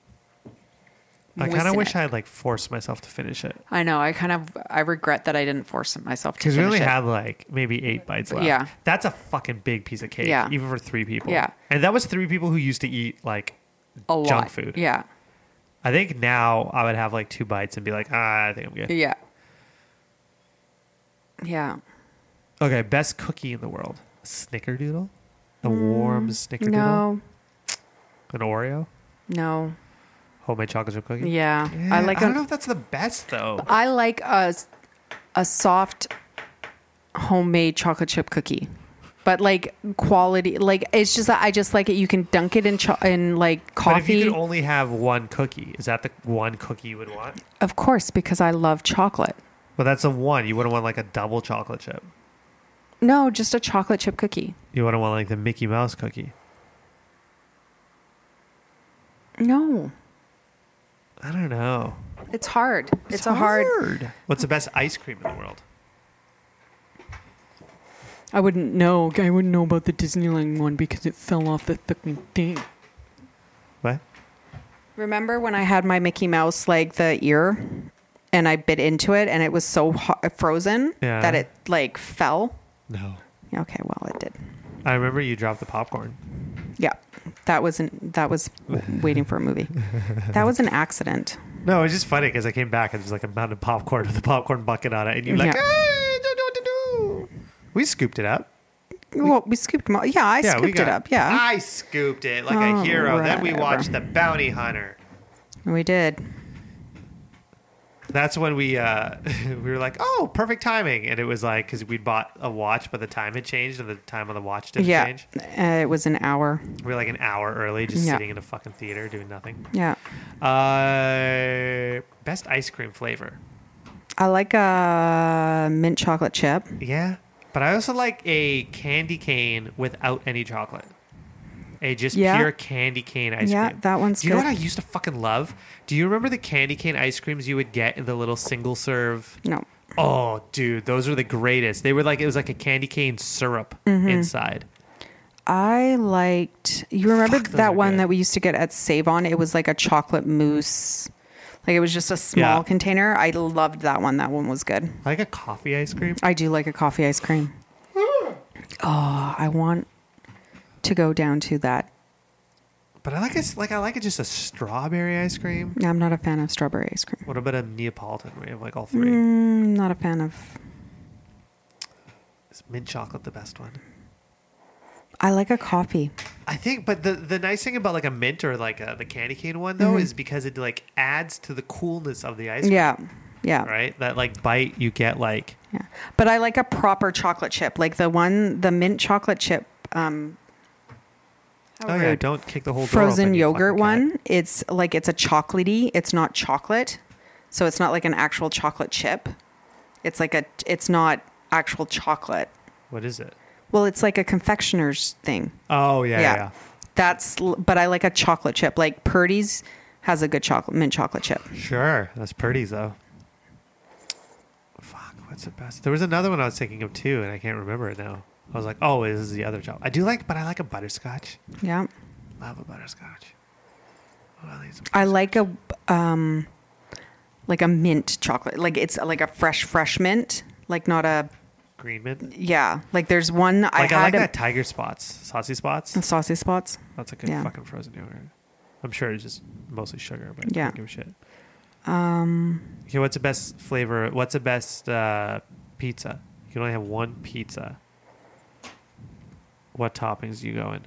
S1: I kind of
S2: moisten
S1: wish
S2: it.
S1: I had like forced myself to finish it
S2: I know. I kind of I regret that I didn't force myself to
S1: Because we
S2: finish
S1: only
S2: it.
S1: had like maybe eight bites left.
S2: Yeah.
S1: That's a fucking big piece of cake.
S2: Yeah.
S1: Even for three people.
S2: Yeah.
S1: And that was three people who used to eat like
S2: a lot.
S1: junk food.
S2: Yeah,
S1: I think now I would have like two bites and be like, ah, I think I'm good.
S2: yeah, yeah.
S1: Okay, best cookie in the world. Snickerdoodle? A warm snickerdoodle?
S2: Mm, No,
S1: An Oreo?
S2: no.
S1: Homemade chocolate chip cookie?
S2: Yeah,
S1: Yeah,
S2: I like.
S1: I
S2: a-
S1: don't know if that's the best though.
S2: I like a a soft homemade chocolate chip cookie, but like quality. Like it's just that I just like it. You can dunk it in cho- in like
S1: But if
S2: coffee,
S1: you could only have one cookie, is that the one cookie you would want?
S2: of course, because I love chocolate.
S1: Well, that's a one. You wouldn't want like a double chocolate chip.
S2: No, just a chocolate chip cookie.
S1: You wouldn't want like the Mickey Mouse cookie.
S2: No,
S1: I don't know.
S2: it's hard. It's, a hard.
S1: What's the best ice cream in the world?
S4: I wouldn't know. I wouldn't know about the Disneyland one because it fell off the fucking thing.
S1: What?
S2: Remember when I had my Mickey Mouse like the ear and I bit into it and it was so ho- frozen
S1: Yeah.
S2: that it like fell?
S1: No.
S2: Okay, well, it did.
S1: I remember you dropped the popcorn.
S2: Yeah. That wasn't. That was waiting for a movie. That was an accident.
S1: No, it's just funny because I came back and there's like a mountain of popcorn with a popcorn bucket on it, and you're like,
S2: Yeah.
S1: "Ah, don't know what to do." We scooped it up.
S2: well, we scooped. Mo- yeah, I
S1: yeah, we
S2: scooped
S1: got, Ah.
S2: it up. Yeah,
S1: I scooped it like a
S2: Oh,
S1: hero. Then we
S2: whatever.
S1: watched The Bounty Hunter.
S2: we did.
S1: That's when we uh, we were like, oh, perfect timing, and it was like because we'd bought a watch, but the time had changed, and the time on the watch didn't
S2: yeah,
S1: change.
S2: Uh, it was an hour.
S1: We were like an hour early, just
S2: Yeah.
S1: sitting in a fucking theater doing nothing.
S2: Yeah,
S1: Uh, best ice cream flavor.
S2: I like a mint chocolate chip.
S1: Yeah, but I also like a candy cane without any chocolate. A just
S2: Yeah.
S1: pure candy cane ice
S2: Yeah,
S1: cream.
S2: that one's
S1: Do you
S2: good.
S1: know what I used to fucking love? Do you remember the candy cane ice creams you would get in the little single serve?
S2: No,
S1: Oh, dude, those were the greatest. They were like it was like a candy cane syrup
S2: Mm-hmm.
S1: inside.
S2: I liked. You remember
S1: Fuck, those are
S2: that one
S1: good.
S2: that we used to get at Save On? It was like a chocolate mousse. Like it was just a small
S1: Yeah.
S2: container. I loved that one. That one was good.
S1: I like a coffee ice cream.
S2: I do like a coffee ice cream.
S1: Mm.
S2: Oh, I want to go down to that.
S1: But I like it like I like it just a strawberry ice cream.
S2: I'm not a fan of strawberry ice cream.
S1: What about a Neapolitan? We have like all three.
S2: Mm, not a fan of.
S1: Is mint chocolate the best one?
S2: I like a coffee.
S1: I think, but the the nice thing about like a mint or like a, the candy cane one though is because it like adds to the coolness of the ice cream,
S2: Mm-hmm. Yeah. Yeah.
S1: right? That like bite you get like
S2: Yeah. But I like a proper chocolate chip, like the one, the mint chocolate chip. Um, how
S1: oh yeah,
S2: rude.
S1: don't kick the whole door open,
S2: frozen
S1: you
S2: yogurt
S1: fucking
S2: one. It's like it's a chocolatey. It's not chocolate, so it's not like an actual chocolate chip. It's like a. It's not actual chocolate.
S1: cat. What is it?
S2: Well, it's like a confectioner's thing.
S1: Oh yeah, yeah. yeah.
S2: That's. l- But I like a chocolate chip. Like Purdy's has a good chocolate mint chocolate chip.
S1: Sure, that's pretty though. Fuck, what's the best? There was another one I was thinking of too, and I can't remember it now. I was like, oh, this is the other job. I do like, but I like a butterscotch.
S2: Yeah.
S1: Love a butterscotch. Oh, I think it's-
S2: I like a um, like a mint chocolate. Like it's like a fresh fresh mint. Like not a
S1: green mint.
S2: yeah. Like there's one I
S1: Like
S2: had
S1: I, like
S2: a-
S1: that tiger spots, saucy spots.
S2: saucy spots.
S1: That's a good
S2: Yeah.
S1: fucking frozen yogurt. I'm sure it's just mostly sugar, but I
S2: Yeah.
S1: don't give a shit.
S2: Um,
S1: Okay, what's the best flavor? What's the best uh, pizza? You can only have one pizza. What toppings do you go in?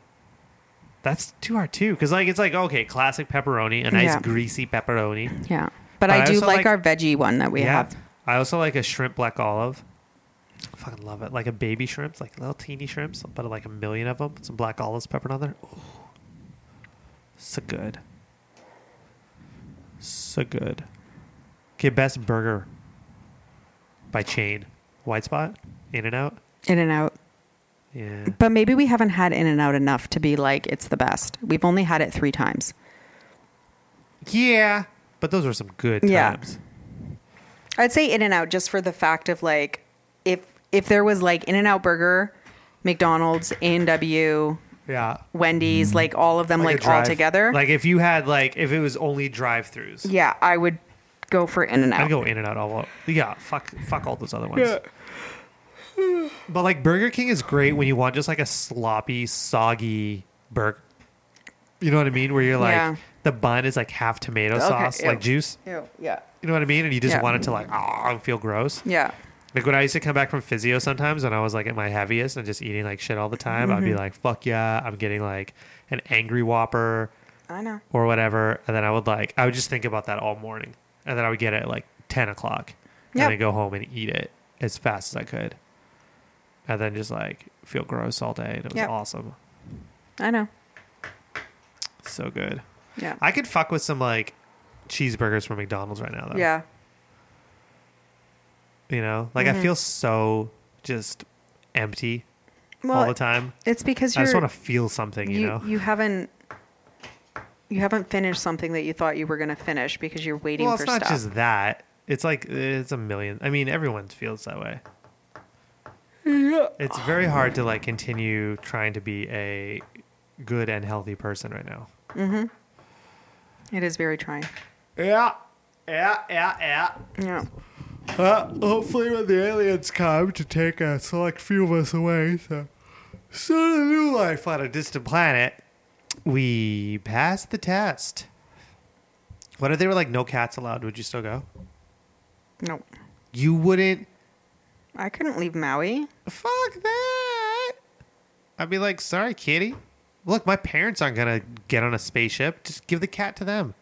S1: That's too hard too, because like it's like okay, classic pepperoni, a nice
S2: Yeah.
S1: greasy pepperoni.
S2: Yeah. But,
S1: But
S2: I,
S1: I
S2: do
S1: also
S2: like,
S1: like-
S2: our veggie one that we have.
S1: I also like a shrimp black olive. I fucking love it, like a baby shrimp, like little teeny shrimps, but like a million of them. Some black olives peppered on there. Ooh, so good, so good. Okay, best burger by chain, White Spot, In and Out.
S2: In and out.
S1: Yeah,
S2: But maybe we haven't had In and Out enough to be like it's the best. We've only had it three times.
S1: yeah. But those were some good
S2: Yeah.
S1: times.
S2: I'd say In and Out just for the fact of like if if there was like In and Out Burger, McDonald's, A and W,
S1: Yeah.
S2: Wendy's, like all of them like, all together.
S1: Mm-hmm. Like if you had like if it was only drive-throughs.
S2: yeah, I would go for In and
S1: I'd
S2: Out.
S1: go in and out all. Yeah, fuck, fuck all those other ones. But like Burger King is great when you want just like a sloppy, soggy burger. You know what I mean? Where you're like
S2: Yeah.
S1: the bun is like half tomato
S2: Okay,
S1: sauce,
S2: ew.
S1: like juice.
S2: Ew, yeah.
S1: You know what I mean? And you just
S2: Yeah.
S1: want it to like ah feel gross.
S2: Yeah.
S1: Like when I used to come back from physio sometimes when I was like at my heaviest and just eating like shit all the time, I'd
S2: Mm-hmm.
S1: be like, fuck yeah, I'm getting like an angry whopper
S2: I know.
S1: or whatever, and then I would like I would just think about that all morning, and then I would get it at like ten o'clock, and
S2: Yep.
S1: then go home and eat it as fast as I could, and then just like feel gross all day, and it was
S2: Yep.
S1: awesome,
S2: I know.
S1: so good.
S2: Yeah.
S1: I could fuck with some like cheeseburgers from McDonald's right now, though.
S2: yeah.
S1: you know, like
S2: Mm-hmm.
S1: I feel so just empty
S2: Well,
S1: all the time.
S2: it's because
S1: I
S2: you're
S1: just want to feel something, you,
S2: you,
S1: know.
S2: you haven't you haven't finished something that you thought you were going to finish because you're waiting
S1: well,
S2: for
S1: it's not
S2: stuff.
S1: just that. It's like it's a million. I mean, everyone feels that way. It's very hard to like continue trying to be a good and healthy person right now.
S2: It is very trying.
S1: Yeah, yeah, yeah, yeah.
S2: Yeah.
S1: Uh, hopefully, when the aliens come to take a select few of us away, so start a new life on a distant planet. We passed the test. What if they were like no cats allowed? Would you still go?
S2: No,
S1: You wouldn't.
S2: I couldn't leave Maui.
S1: Fuck that. I'd be like, sorry, kitty. Look, my parents aren't gonna get on a spaceship. Just give the cat to them.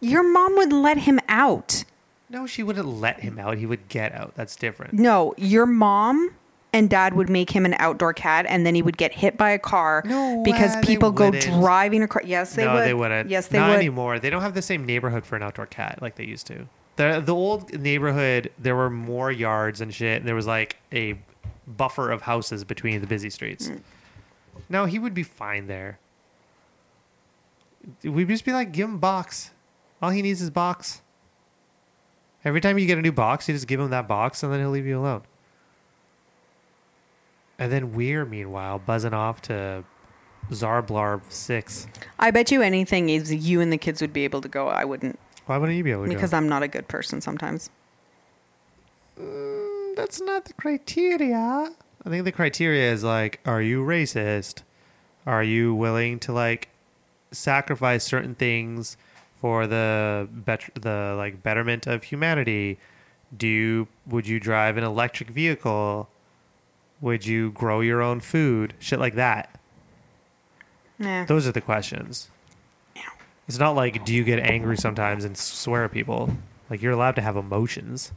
S2: Your mom would let him out.
S1: No, she wouldn't let him out. He would get out. That's different.
S2: No, your mom and dad would make him an outdoor cat, and then he would get hit by a car
S1: No
S2: because
S1: way, they
S2: people go
S1: wouldn't.
S2: driving across. Yes, they
S1: no,
S2: would.
S1: they wouldn't.
S2: Yes, they
S1: Not
S2: would.
S1: anymore. They don't have the same neighborhood for an outdoor cat like they used to. The the old neighborhood, there were more yards and shit, and there was like a buffer of houses between the busy streets.
S2: Mm.
S1: No, he would be fine there. We'd just be like, give him box. All he needs is box. Every time you get a new box, you just give him that box, and then he'll leave you alone. And then we're meanwhile buzzing off to Zarblarb six.
S2: I bet you anything is you and the kids would be able to go. I wouldn't
S1: Why wouldn't you be able to
S2: because
S1: go?
S2: I'm not a good person sometimes.
S1: Mm, that's not the criteria. I think the criteria is like, are you racist? Are you willing to like sacrifice certain things for the bet- the like betterment of humanity? Do you would you drive an electric vehicle? Would you grow your own food? Shit like that.
S2: Yeah.
S1: Those are the questions. It's not like do you get angry sometimes and swear at people? Like you're allowed to have emotions.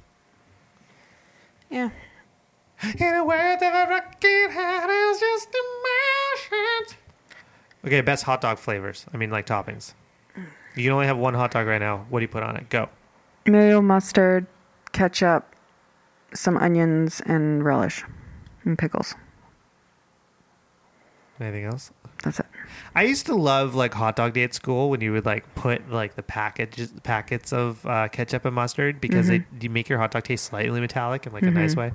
S2: yeah.
S1: In a world that a rocket hat is just emotions. Okay, best hot dog flavors. I mean, like toppings. You can only have one hot dog right now. What do you put on it? Go.
S4: Mayo mustard, ketchup, some onions, and relish, and pickles.
S1: Anything else?
S4: That's it.
S1: I used to love like hot dog day at school when you would like put like the packages packets of uh, ketchup and mustard because
S4: Mm-hmm.
S1: they you make your hot dog taste slightly metallic in like a nice way.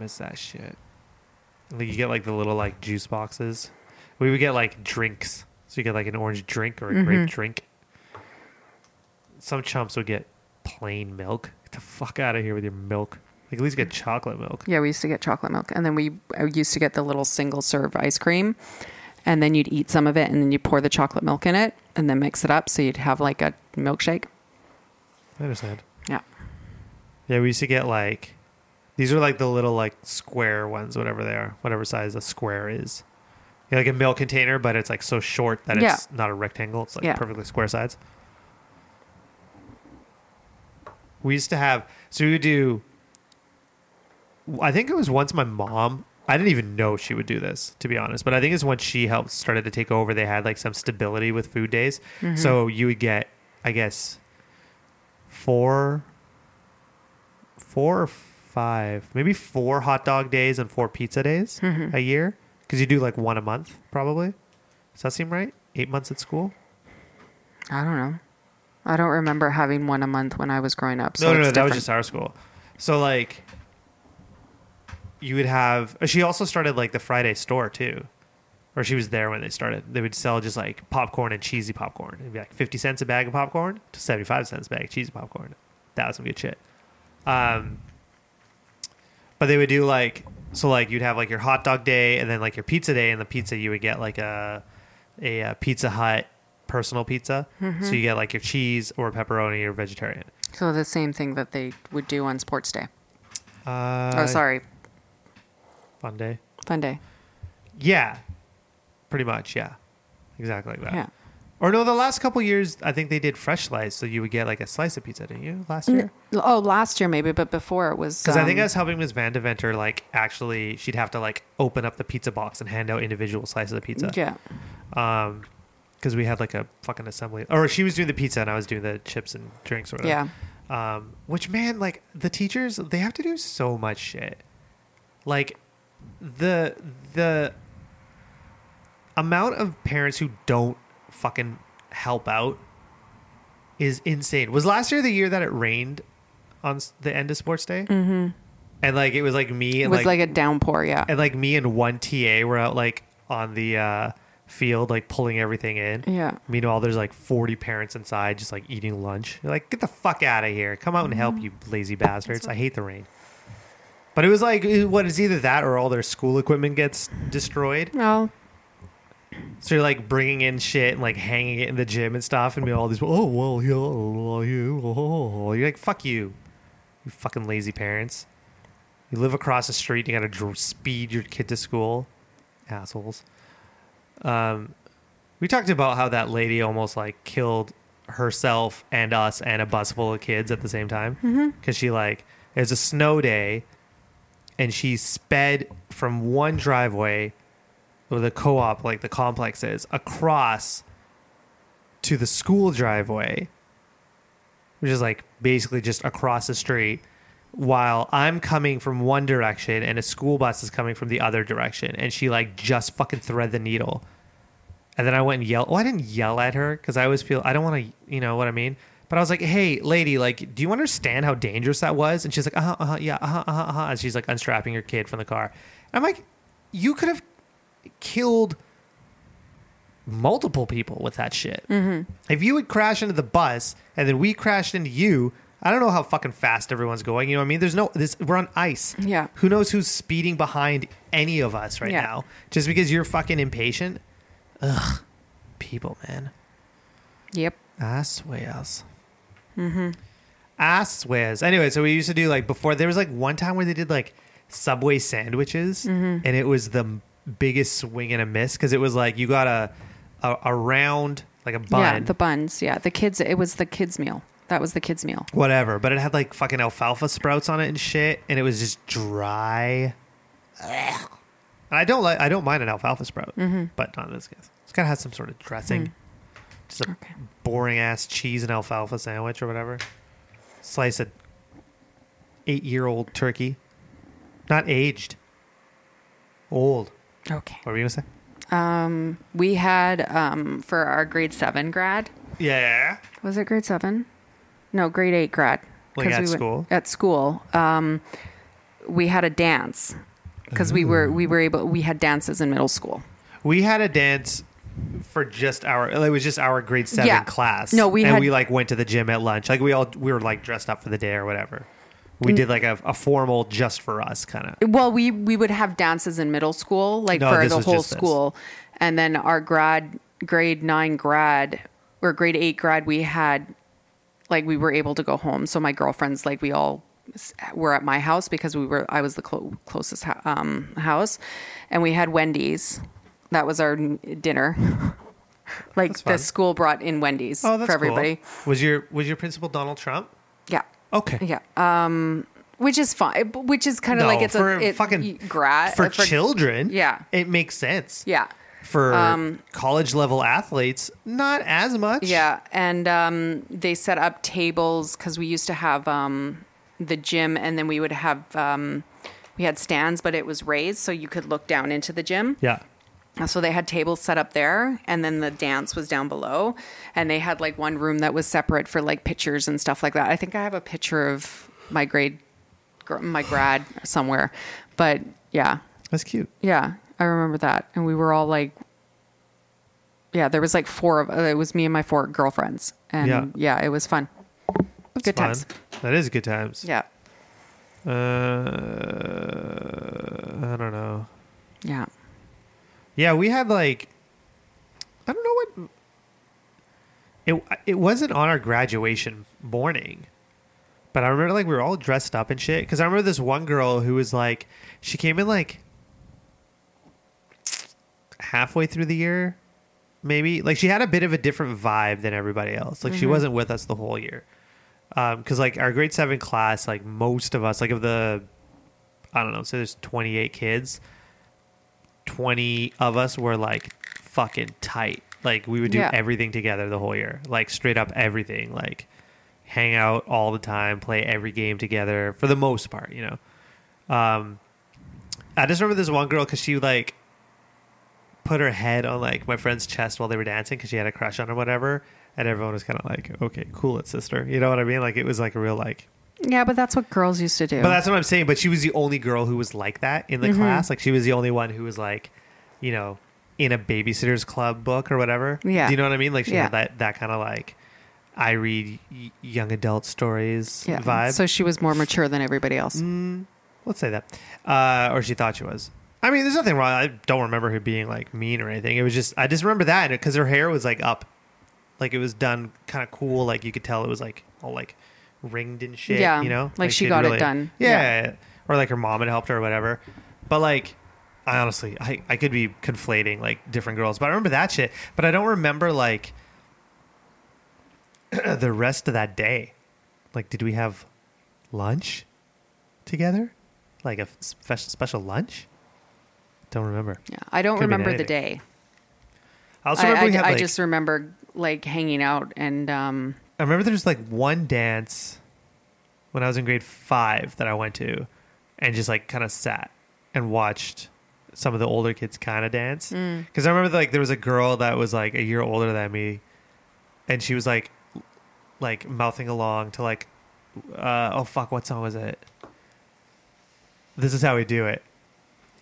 S1: Miss that shit. Like you get like the little like juice boxes. We would get like drinks, so you get like an orange drink or a
S4: Mm-hmm.
S1: grape drink. Some chumps would get plain milk. Get the fuck out of here with your milk. Like at least get chocolate milk.
S4: Yeah, we used to get chocolate milk, and then we I used to get the little single serve ice cream, and then you'd eat some of it, and then you pour the chocolate milk in it, and then mix it up, so you'd have like a milkshake.
S1: I understand.
S4: Yeah.
S1: Yeah, we used to get like these are like the little like square ones, whatever they are, whatever size a square is. Yeah, like a milk container, but it's like so short that it's not a rectangle. It's like
S4: Yeah.
S1: perfectly square sides. We used to have so we would do I think it was once my mom I didn't even know she would do this, to be honest. But I think it's once she helped started to take over, they had like some stability with food days.
S4: Mm-hmm.
S1: So you would get, I guess, four four or five, maybe four hot dog days and four pizza days a year because you do like one a month probably. Does that seem right? Eight months at school?
S4: I don't know. I don't remember having one a month when I was growing up. So
S1: no, no, no.
S4: it's
S1: That was
S4: different.
S1: just our school. So like, you would have. uh, She also started like the Friday store too, or she was there when they started. They would sell just like popcorn and cheesy popcorn. It'd be like fifty cents a bag of popcorn to seventy five cents a bag of cheesy popcorn. That was some good shit. Um, but they would do like so like you'd have like your hot dog day and then like your pizza day and the pizza you would get like a a, uh Pizza Hut personal pizza.
S4: Mm-hmm.
S1: So you get like your cheese or pepperoni or vegetarian.
S4: so the same thing that they would do on sports day.
S1: Uh,
S4: oh, sorry,
S1: Fun day.
S4: fun day.
S1: Yeah, pretty much. Yeah, exactly like that.
S4: Yeah.
S1: Or no, the last couple years, I think they did fresh slice, so you would get like a slice of pizza, didn't you, last year?
S4: Oh, last year maybe, but before it was
S1: Because I think I
S4: um,
S1: was helping Miss Van Deventer, like actually, she'd have to like open up the pizza box and hand out individual slices of pizza.
S4: yeah.
S1: Um, because we had like a fucking assembly, or she was doing the pizza and I was doing the chips and drinks or whatever.
S4: Yeah.
S1: Um, which man, like the teachers, they have to do so much shit. Like the the amount of parents who don't fucking help out is insane. Was last year the year that it rained on s- the end of sports day? Mm-hmm. And like it was like me
S4: It
S1: and
S4: was
S1: like,
S4: like, a downpour, yeah.
S1: and like me and one TA were out like on the uh, field like pulling everything in.
S4: Yeah.
S1: Meanwhile, there's like 40 parents inside just like eating lunch. They're like, get the fuck out of here! Come out and help you lazy bastards. I hate the rain. But it was like it- what is either that or all their school equipment gets destroyed.
S4: Well,
S1: So you're like bringing in shit and like hanging it in the gym and stuff, and be all these. Oh well, yeah, oh, you. Oh, you're like fuck you, you fucking lazy parents. You live across the street. You gotta dr- speed your kid to school, assholes. Um, we talked about how that lady almost like killed herself and us and a bus full of kids at the same time because she like it was a snow day, and she sped from one driveway or the co-op like the complex is across to the school driveway which is like basically just across the street while i'm coming from one direction and a school bus is coming from the other direction and she like just fucking thread the needle and then i went and yelled well i didn't yell at her because i always feel i don't want to you know what i mean but i was like hey lady like do you understand how dangerous that was and she's like uh-huh uh-huh yeah uh-huh uh-huh, uh-huh. and she's like unstrapping her kid from the car and i'm like you could have killed multiple people with that shit. If you would crash into the bus and then we crashed into you, I don't know how fucking fast everyone's going. You know what I mean? There's no this. We're on ice.
S2: Yeah.
S1: Who knows who's speeding behind any of us right
S2: Yeah.
S1: now? Just because you're fucking impatient. Ugh, people, man.
S2: Yep.
S1: I swears. Mm-hmm. I swears. Anyway, so we used to do like before. There was like one time where they did like Subway sandwiches,
S2: Mm-hmm.
S1: and it was the m- biggest swing and a miss because it was like you got a a, a round like a bun,
S2: Yeah, the buns. Yeah, the kids. It was the kids' meal. That was the kids' meal.
S1: whatever, but it had like fucking alfalfa sprouts on it and shit, and it was just dry. Ugh. And I don't like I don't mind an alfalfa sprout,
S2: Mm-hmm.
S1: but not in this case. It's gotta have some sort of dressing. Just a
S2: Mm. Okay.
S1: boring ass cheese and alfalfa sandwich or whatever. Slice a eight year old turkey, not aged, old.
S2: Okay.
S1: What were you gonna say?
S2: Um, we had um for our grade seven grad.
S1: Yeah.
S2: Was it grade seven? No, grade eight grad.
S1: Like
S2: 'Cause
S1: at
S2: we went-
S1: school?
S2: At school, um, we had a dance because
S1: Mm.
S2: we were we were able we had dances in middle school.
S1: We had a dance for just our it was just our grade seven
S2: Yeah.
S1: class.
S2: No, we
S1: and
S2: had-
S1: we like went to the gym at lunch. Like we all we were like dressed up for the day or whatever.
S2: Mm.
S1: We did like a, a formal just for us kind of.
S2: Well, we we would have dances in middle school, like
S1: No,
S2: for
S1: this
S2: the
S1: was
S2: whole
S1: just this.
S2: school, and then our grad grade nine grad or grade eight grad, we had like we were able to go home. So my girlfriends, like we all s- were at my house because we were I was the clo- closest ho- um, house, and we had Wendy's. That was our n- dinner. like
S1: fun.
S2: the school brought in Wendy's
S1: Oh, that's
S2: for everybody.
S1: Cool. Was your was your principal Donald Trump?
S2: Yeah.
S1: Okay.
S2: Yeah. Um, which is fine. Which is kind of
S1: No,
S2: like it's
S1: for
S2: a it,
S1: fucking
S2: grad
S1: for,
S2: uh,
S1: children.
S2: Yeah.
S1: it makes sense.
S2: Yeah.
S1: for
S2: um,
S1: college level athletes, not as much.
S2: Yeah. And um, they set up tables because we used to have um, the gym and then we would have, um, we had stands, but it was raised so you could look down into the gym.
S1: yeah.
S2: So they had tables set up there and then the dance was down below. And they had like one room that was separate for like pictures and stuff like that. I think I have a picture of my grade, gr- my grad somewhere. But yeah.
S1: That's cute.
S2: Yeah, I remember that. And we were all like, yeah, there was like four of it was me and my four girlfriends, and
S1: Yeah.
S2: yeah, it was fun. Good
S1: Fun.
S2: times.
S1: That is good times.
S2: Yeah,
S1: Uh, I don't know.
S2: yeah.
S1: Yeah, we had like I don't know what it it wasn't on our graduation morning. But I remember like we were all dressed up and shit cuz I remember this one girl who was like she came in like halfway through the year maybe. Like she had a bit of a different vibe than everybody else. Like she wasn't with us the whole year. Um, 'cause cuz like our grade 7 class like most of us like of the I don't know, so there's 28 kids. 20 of us were like fucking tight. Like we would do
S2: Yeah.
S1: everything together the whole year. Like straight up everything. Like hang out all the time, play every game together for the most part, you know. Um I just remember this one girl cuz she like put her head on like my friend's chest while they were dancing cuz she had a crush on him or whatever and everyone was kind of like, "Okay, cool it, sister." You know what I mean? Like it was like a real like
S2: Yeah, but that's what girls used to do.
S1: but that's what I'm saying. But she was the only girl who was like that in the
S2: Mm-hmm.
S1: class. Like she was the only one who was like, you know, in a babysitters club book or whatever.
S2: Yeah.
S1: Do you know what I mean? Like she
S2: Yeah.
S1: had that that kind of like I read y- young adult stories
S2: yeah.
S1: vibe. Mm.
S2: So she was more mature than everybody else.
S1: Let's say that, uh, or she thought she was. I mean, there's nothing wrong. I don't remember her being like mean or anything. It was just I just remember that because her hair was like up, like it was done kind of cool. Like you could tell it was like all like ringed and shit.
S2: Yeah,
S1: you know,
S2: like she
S1: she'd
S2: got it done.
S1: Yeah. or like her mom had helped her or whatever. But like, I honestly, I I could be conflating like different girls, but I remember that shit. But I don't remember like the rest of that day. Like, did we have lunch together? Like a f- spe- special lunch? Don't remember.
S2: Yeah, I don't
S1: Could mean
S2: remember the
S1: anything.
S2: day.
S1: I also
S2: I,
S1: remember
S2: I,
S1: we had
S2: I
S1: like,
S2: just remember like hanging out and um,
S1: I remember there was like one dance when I was in grade five that I went to and just like kind of sat and watched some of the older kids kind of dance.
S2: Mm.
S1: Because I remember like there was a girl that was like a year older than me and she was like, like mouthing along to like, uh, oh fuck, what song was it? This is how we do it.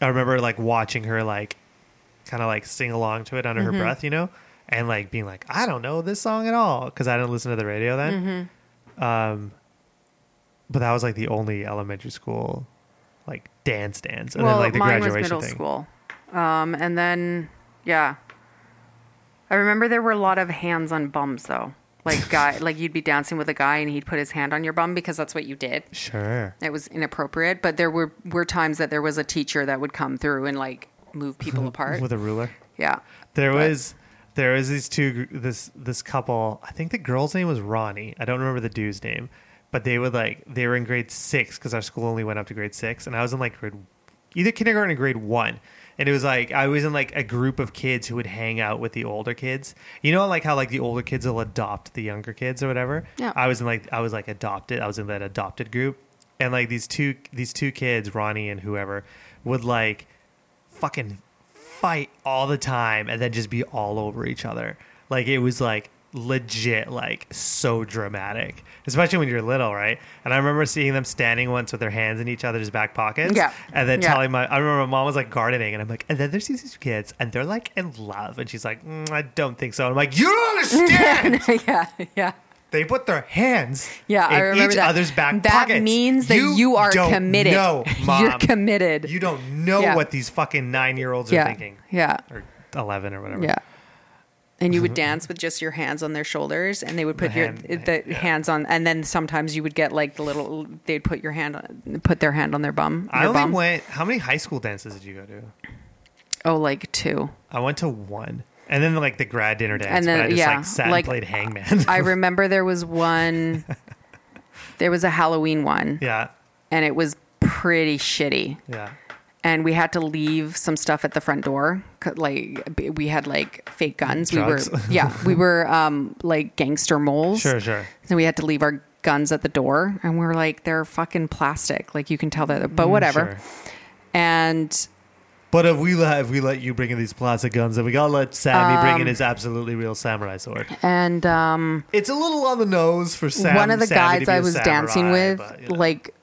S1: I remember like watching her like kind of like sing along to it under
S2: Mm-hmm.
S1: her breath, you know, and like being like, I don't know this song at all because I didn't listen to the radio then. Um,
S2: Mm-hmm.
S1: but that was like the only elementary school like dance dance, and
S2: well,
S1: then like the
S2: mine was
S1: graduation
S2: middle
S1: thing.
S2: school. Um, and then yeah, I remember there were a lot of hands on bums though. Like guy, like you'd be dancing with a guy and he'd put his hand on your bum because that's what you did.
S1: Sure.
S2: It was inappropriate, but there were were times that there was a teacher that would come through and like move people apart.
S1: With a ruler.
S2: yeah.
S1: There
S2: But-
S1: was there was these two gr- this this couple. I think the girl's name was Ronnie. I don't remember the dude's name, but they would like they were in grade six because our school only went up to grade six, and I was in like grade either kindergarten or grade one. And it was like I was in like a group of kids who would hang out with the older kids. You know, like how like the older kids will adopt the younger kids or whatever.
S2: Yeah.
S1: I was in like I was like adopted. I was in that adopted group, and like these two these two kids, Ronnie and whoever, would like fucking fight all the time and then just be all over each other. Like it was like legit like so dramatic. Especially when you're little, right? And I remember seeing them standing once with their hands in each other's back pockets.
S2: Yeah.
S1: And then
S2: Yeah.
S1: telling my I remember my mom was like gardening and I'm like, and then there's these kids and they're like in love and she's like, "Mm, I don't think so. And I'm like, You don't understand.
S2: yeah, yeah.
S1: they put their hands
S2: Yeah,
S1: in
S2: I remember
S1: each
S2: that.
S1: other's back
S2: that
S1: pockets.
S2: means that you, are
S1: don't
S2: committed.
S1: Know, mom.
S2: You're committed.
S1: You don't know
S2: Yeah.
S1: what these fucking nine year olds are
S2: yeah.
S1: thinking.
S2: Yeah.
S1: Or 11 or whatever.
S2: Yeah. And you would dance with just your hands on their shoulders, and they would put
S1: The
S2: your
S1: hand-
S2: the
S1: yeah.
S2: hands on, and then sometimes you would get like the little they'd put your hand on, put their hand on their bum.
S1: I
S2: your
S1: only
S2: bum.
S1: went, how many high school dances did you go to?
S2: oh, like two.
S1: I went to one. And then like the grad dinner dance.
S2: And then-
S1: but I just
S2: yeah,
S1: like sat
S2: like,
S1: and played hangman.
S2: I remember there was one. there was a Halloween one,
S1: yeah.
S2: and it was pretty shitty.
S1: Yeah.
S2: and we had to leave some stuff at the front door 'cause, like b- we had like fake guns we were
S1: Drugs.
S2: yeah we were um like gangster moles
S1: Sure, sure.
S2: so we had to leave our guns at the door and we are like they're fucking plastic like you can tell that but whatever
S1: Mm, Sure.
S2: and
S1: But if we let if we let you bring in these plastic guns, then we gotta let Sammy
S2: Um,
S1: bring in his absolutely real samurai sword.
S2: and um
S1: It's a little on the nose for Sam.
S2: one of the
S1: Sammy to
S2: guys
S1: be
S2: i
S1: a
S2: was dancing
S1: samurai,
S2: with
S1: but, you know,
S2: like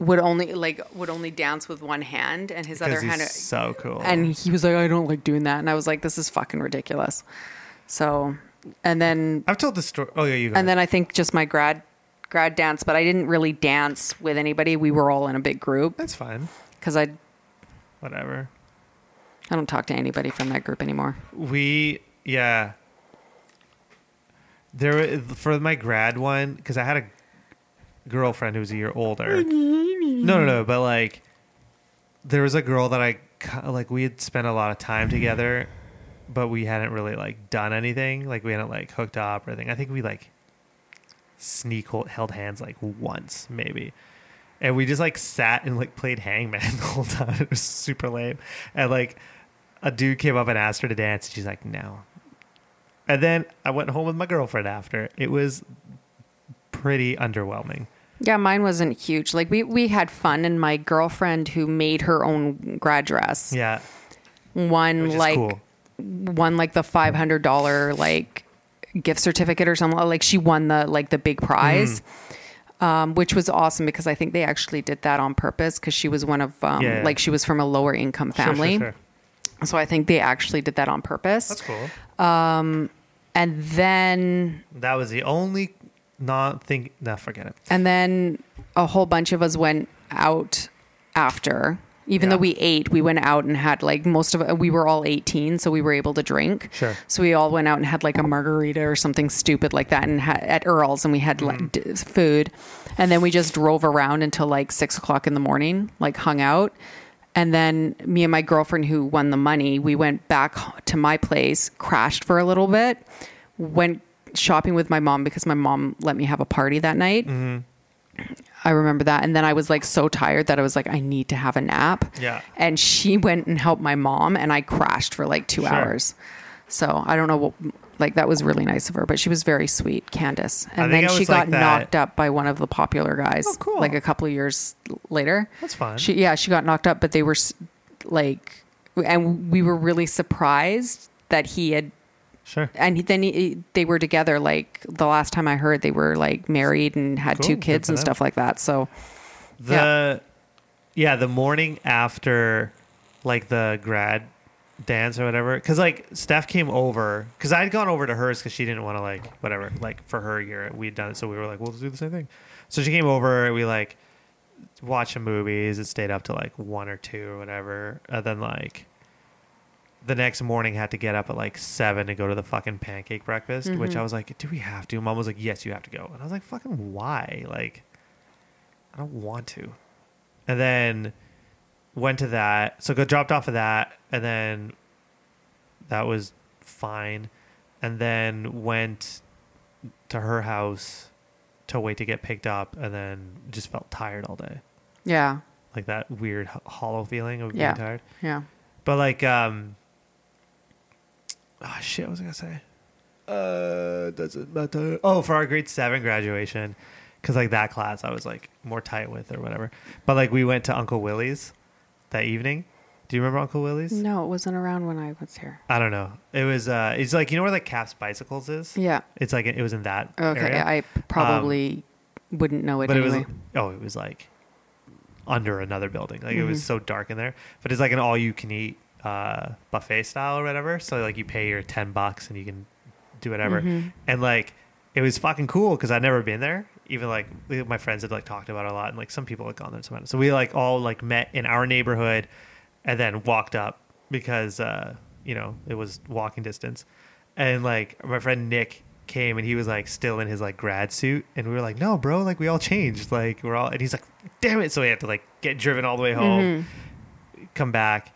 S2: would only like would only dance with one hand and his
S1: 'cause
S2: other
S1: he's
S2: hand
S1: so cool.
S2: and he was like i don't like doing that and i was like this is fucking ridiculous so and then
S1: I've told the story. Oh yeah, you. Go
S2: and then I think just my grad grad dance, but I didn't really dance with anybody. We were all in a big group
S1: that's fine.
S2: because I
S1: Whatever.
S2: I don't talk to anybody from that group anymore.
S1: we yeah there for my grad one because i had a girlfriend who was a year older no no no but like there was a girl that i ki- like we had spent a lot of time together but we hadn't really like done anything like we hadn't like hooked up or anything i think we like sneak hold, held hands like once maybe and we just like sat and like played hangman the whole time it was super lame and like a dude came up and asked her to dance she's like no and then i went home with my girlfriend after it was pretty underwhelming
S2: Yeah, mine wasn't huge. Like we we had fun, and my girlfriend who made her own grad dress
S1: yeah
S2: won
S1: which is
S2: like
S1: cool
S2: won like the five hundred dollar like gift certificate or something. Like she won the like the big prize.
S1: Mm.
S2: Um, which was awesome because I think they actually did that on purpose because she was one of um,
S1: Yeah.
S2: like she was from a lower income
S1: Sure, sure,
S2: family.
S1: sure.
S2: So I think they actually did that on purpose.
S1: that's cool
S2: And then
S1: that was the only not thing no forget it
S2: and then a whole bunch of us went out after Even
S1: Yeah.
S2: though we ate, we went out and had like most of we were all 18, so we were able to drink.
S1: Sure.
S2: So we all went out and had like a margarita or something stupid like that, and ha- at Earl's, and we had like d- food, and then we just drove around until like six o'clock in the morning, like hung out, and then me and my girlfriend who won the money, we went back h- to my place, crashed for a little bit, went shopping with my mom because my mom let me have a party that night. I remember that. And then I was like so tired that I was like, I need to have a nap.
S1: Yeah.
S2: And she went and helped my mom, and I crashed for like two
S1: Sure.
S2: hours. So I don't know what, like, that was really nice of her, but she was very sweet, Candace.
S1: I
S2: And
S1: think
S2: then
S1: I
S2: she
S1: was
S2: got
S1: like that-
S2: knocked up by one of the popular guys,
S1: Oh, cool.
S2: like a couple of years l- later.
S1: That's fun.
S2: She, yeah, she got knocked up, but they were s- like, and we were really surprised that he had
S1: Sure.
S2: and then he, they were together like the last time i heard they were like married and had
S1: Cool.
S2: two
S1: Good
S2: kids
S1: for
S2: and
S1: them.
S2: stuff like that so
S1: The yeah. the morning after like the grad dance or whatever cuz like Steph came over cuz I'd gone over to hers cuz she didn't want to like whatever like for her year we'd done it so we were like we'll do the same thing. So she came over we like watched some movies it stayed up till like 1 or 2 or whatever and then like the next morning had to get up at like 7 to go to the fucking pancake breakfast which I was like do we have to? Mom was like yes you have to go. And I was like fucking why? Like I don't want to. And then went to that. So got dropped off of that. And then that was fine. And then went to her house to wait to get picked up. And then just felt tired all day.
S2: yeah
S1: Like that weird h- hollow feeling of
S2: Yeah.
S1: being tired.
S2: yeah
S1: But like, um, oh shit, what was I gonna say? Uh, doesn't matter. Oh, for our grade seven graduation, because like that class I was like more tight with or whatever. But like we went to Uncle Willie's that evening. Do you remember Uncle Willie's?
S2: no it wasn't around when i was here
S1: I don't know. It was uh, it's like you know where like Caps Bicycles is.
S2: yeah Oh,
S1: It's like it was in that.
S2: okay
S1: area. Um,
S2: i probably wouldn't know it
S1: but
S2: anyway
S1: it was oh it was like under another building like it was
S2: Mm-hmm.
S1: so dark in there but it's like an all you can eat uh, buffet style or whatever so like you pay your 10 bucks and you can do whatever
S2: Mm-hmm.
S1: and like it was fucking cool because i'd never been there even like we- my friends had like talked about it a lot and like some people had gone there and some hadn't. so we like all like met in our neighborhood and then walked up because uh you know it was walking distance and like my friend nick came and he was like still in his like grad suit and we were like no bro like we all changed like we're all and he's like damn it so we had to like get driven all the way
S2: Mm-hmm.
S1: home come back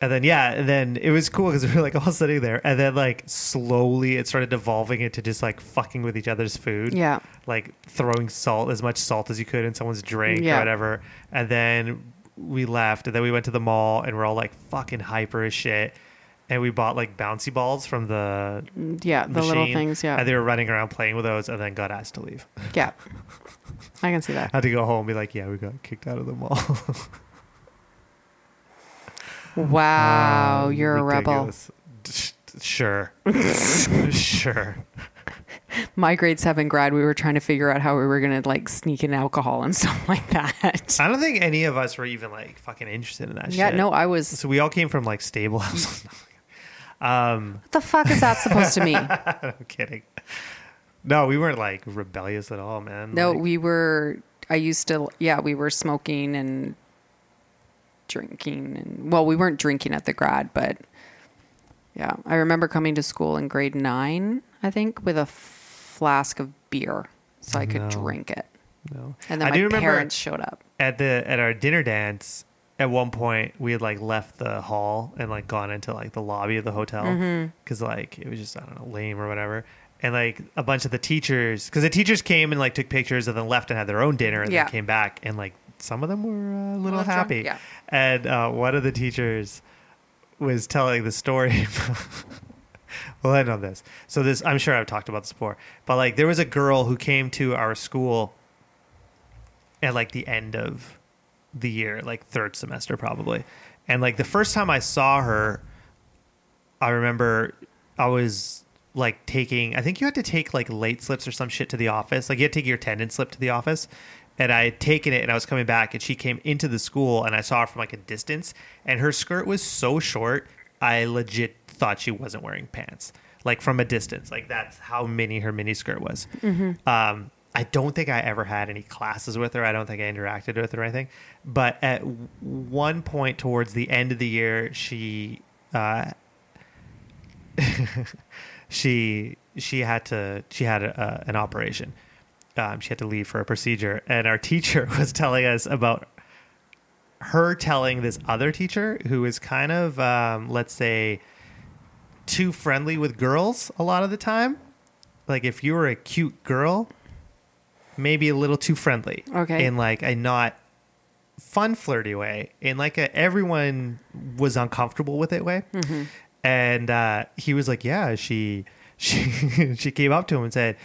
S1: and then yeah and then it was cool because we were like all sitting there and then like slowly it started devolving into just like fucking with each other's food
S2: Yeah.
S1: like throwing salt as much salt as you could in someone's drink or
S2: Yeah.
S1: whatever and then we left and then we went to the mall and we're all like fucking hyper as shit and we bought like bouncy balls from the
S2: yeah the little
S1: machine,
S2: things yeah
S1: and they were running around playing with those and then got asked to leave
S2: yeah i can see that
S1: had to go home and be like yeah we got kicked out of the mall
S2: wow Oh, you're
S1: Ridiculous. sure sure
S2: a rebel my grade seven grad we were trying to figure out how we were gonna like sneak in alcohol and stuff like that
S1: i don't think any of us were even like fucking interested in that
S2: yeah
S1: Ah, shit
S2: no i was
S1: so we all came from like stable houses um
S2: what the fuck is that supposed to mean
S1: i'm kidding no we weren't like rebellious at all man
S2: No,
S1: Like,
S2: we were. I used to. Yeah, we were smoking and drinking, and well, we weren't drinking at the grad, but yeah, I remember coming to school in grade nine, I think, with a flask of beer, so I could
S1: No.
S2: drink it.
S1: no
S2: And then
S1: I
S2: my
S1: do remember-
S2: parents showed up.
S1: at the at our dinner dance at one point we had like left the hall and like gone into like the lobby of the hotel
S2: Mm-hmm.
S1: because like it was just i don't know lame or whatever and like a bunch of the teachers because the teachers came and like took pictures and then left and had their own dinner and
S2: Yeah.
S1: then came back and like some of them were uh, a little
S2: little drunk,
S1: happy
S2: yeah.
S1: and uh, one of the teachers was telling the story we'll end on this. So this, I'm sure I've talked about this before, but like there was a girl who came to our school at like the end of the year, like third semester probably, and like the first time I saw her, I remember I was like taking. I think you had to take like late slips or some shit to the office. Like you had to take your attendance slip to the office. And I had taken it and I was coming back and she came into the school and I saw her from like a distance and her skirt was so short I legit thought she wasn't wearing pants. Like from a distance. Like that's how mini her mini skirt was. Um I don't think I ever had any classes with her. I don't think I interacted with her or anything. But at w- one point towards the end of the year, she uh, she she had to she had a, a, an operation. Um, she had to leave for a procedure, and our teacher was telling us about her telling this other teacher who is kind of um, let's say too friendly with girls a lot of the time. Like if you were a cute girl, maybe a little too friendly.
S2: Okay.
S1: In like a not fun flirty way, in like a everyone was uncomfortable with it way. And uh, he was like, "Yeah, she she she came up to him and said."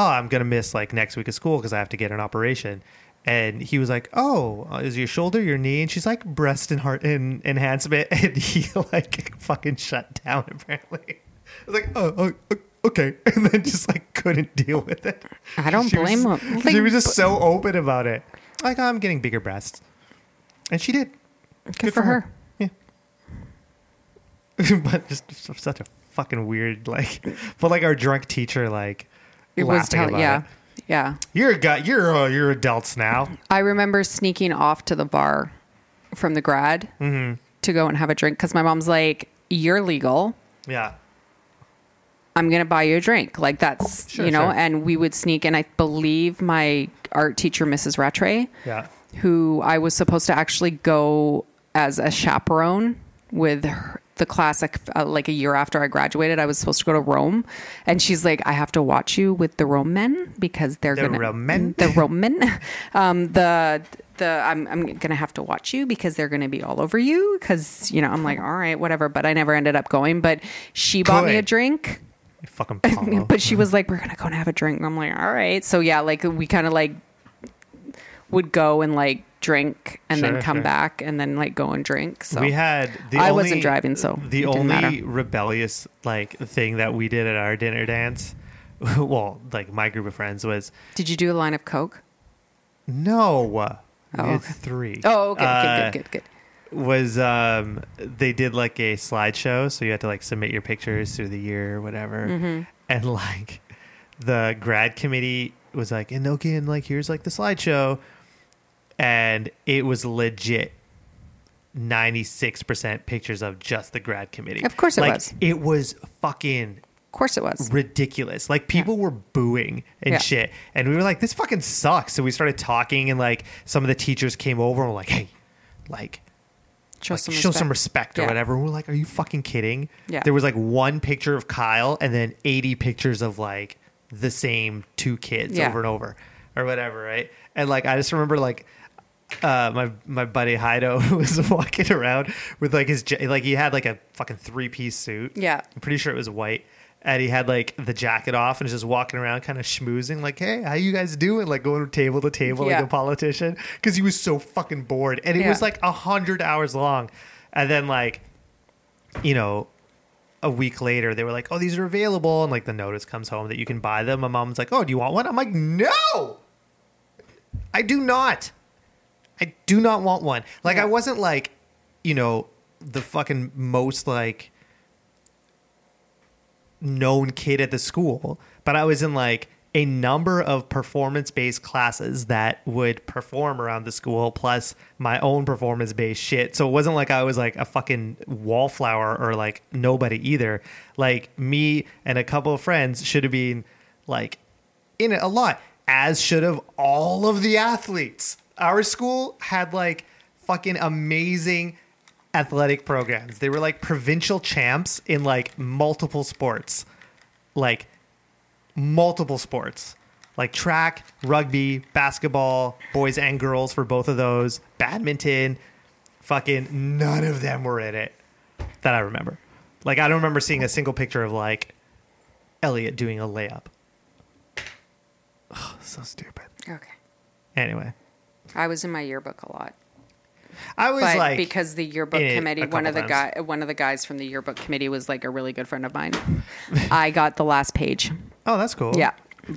S1: oh, I'm going to miss like next week of school because I have to get an operation. And he was like, oh, uh, is your shoulder, your knee? And she's like, breast and heart and enhancement. And he like fucking shut down apparently. I was like, oh, oh, oh, okay. And then just like couldn't deal with it.
S5: I don't
S1: She
S5: blame
S1: was,
S5: him.
S1: she
S5: Like,
S1: was just so open about it. Like, I'm getting bigger breasts. And she did.
S5: Good, for her.
S1: Yeah. but just such a fucking weird, like, but like our drunk teacher, like,
S2: It
S1: laughing
S2: was tell-
S1: about
S2: yeah.
S1: it.
S2: Yeah.
S1: You're a guy. You're uh, you're adults now.
S2: I remember sneaking off to the bar from the grad
S1: Mm-hmm.
S2: to go and have a drink because my mom's like, "You're legal.
S1: Yeah.
S2: I'm gonna buy you a drink." Like that's
S1: Sure,
S2: you know.
S1: sure.
S2: And we would sneak, and I believe my art teacher, Mrs. Rattray,
S1: Yeah.
S2: who I was supposed to actually go as a chaperone with her, the class like, uh, like a year after I graduated. I was supposed to go to Rome, and she's like, "I have to watch you with the Roman because they're
S1: The
S2: gonna
S1: Roman?
S2: the Roman, um, the the I'm I'm gonna have to watch you because they're gonna be all over you because you know I'm like all right whatever, but I never ended up going. But she bought me a
S1: Good.
S2: drink.
S1: You fucking Paulo.
S2: But she was like, "We're gonna go and have a drink." And I'm like, "All right." So yeah, like we kind of like would go and like drink and
S1: Sure,
S2: then come
S1: sure.
S2: back and then like go and drink. So
S1: we had the
S2: I
S1: only,
S2: wasn't driving, so
S1: the
S2: it didn't
S1: only
S2: matter.
S1: rebellious like thing that we did at our dinner dance. well, like my group of friends was
S2: Did you do a line of coke?
S1: no. we
S2: Oh,
S1: did
S2: okay.
S1: three.
S2: Oh, okay,
S1: Uh,
S2: good, good, good, good.
S1: was um they did like a slideshow so you had to like submit your pictures through the year or whatever
S2: Mm-hmm.
S1: and like the grad committee was like and okay and like here's like the slideshow and it was legit 96% pictures of just the grad committee
S2: Of course it
S1: like,
S2: was.
S1: it was fucking
S2: Of course it was.
S1: ridiculous. Like people were booing and
S2: Yeah.
S1: shit, and we were like, "This fucking sucks." So we started talking, and like some of the teachers came over and were like, "Hey, like."
S2: Show
S1: like,
S2: some
S1: show
S2: respect."
S1: some respect or
S2: Yeah.
S1: whatever. And we're like, are you fucking kidding?
S2: Yeah.
S1: There was like one picture of Kyle and then 80 pictures of like the same two kids
S2: Yeah.
S1: over and over or whatever, right? And like, I just remember like, uh, my my buddy Hido was walking around with like his ja- like he had like a fucking three piece suit.
S2: Yeah.
S1: I'm pretty sure it was white. And he had like the jacket off and was just walking around, kind of schmoozing, like, "Hey, how you guys doing?" Like going from table to table,
S2: Yeah.
S1: like a politician, because he was so fucking bored. And it
S2: Yeah.
S1: was like a hundred hours long. And then like, you know, a week later, they were like, "Oh, these are available," and like the notice comes home that you can buy them. My mom's like, "Oh, do you want one?" I'm like, "No, I do not. I do not want one." Like, I wasn't like, you know, the fucking most like known kid at the school, but I was in like a number of performance based classes that would perform around the school plus my own performance based shit. So it wasn't like I was like a fucking wallflower or like nobody either. Like me and a couple of friends should have been like in it a lot, as should have all of the athletes. Our school had like fucking amazing athletic programs. They were like provincial champs in like multiple sports, like multiple sports, like track, rugby, basketball, boys and girls for both of those, badminton. Fucking none of them were in it that I remember. Like, I don't remember seeing a single picture of like Elliot doing a layup. Oh, so stupid.
S2: Okay,
S1: Anyway,
S2: I was in my yearbook a lot,
S1: I was
S2: but
S1: like,
S2: because the yearbook
S1: in it
S2: committee,
S1: a
S2: one of the
S1: couple times.
S2: guy, one of the guys from the yearbook committee was like a really good friend of mine. I got the last page.
S1: oh, that's cool.
S2: Yeah,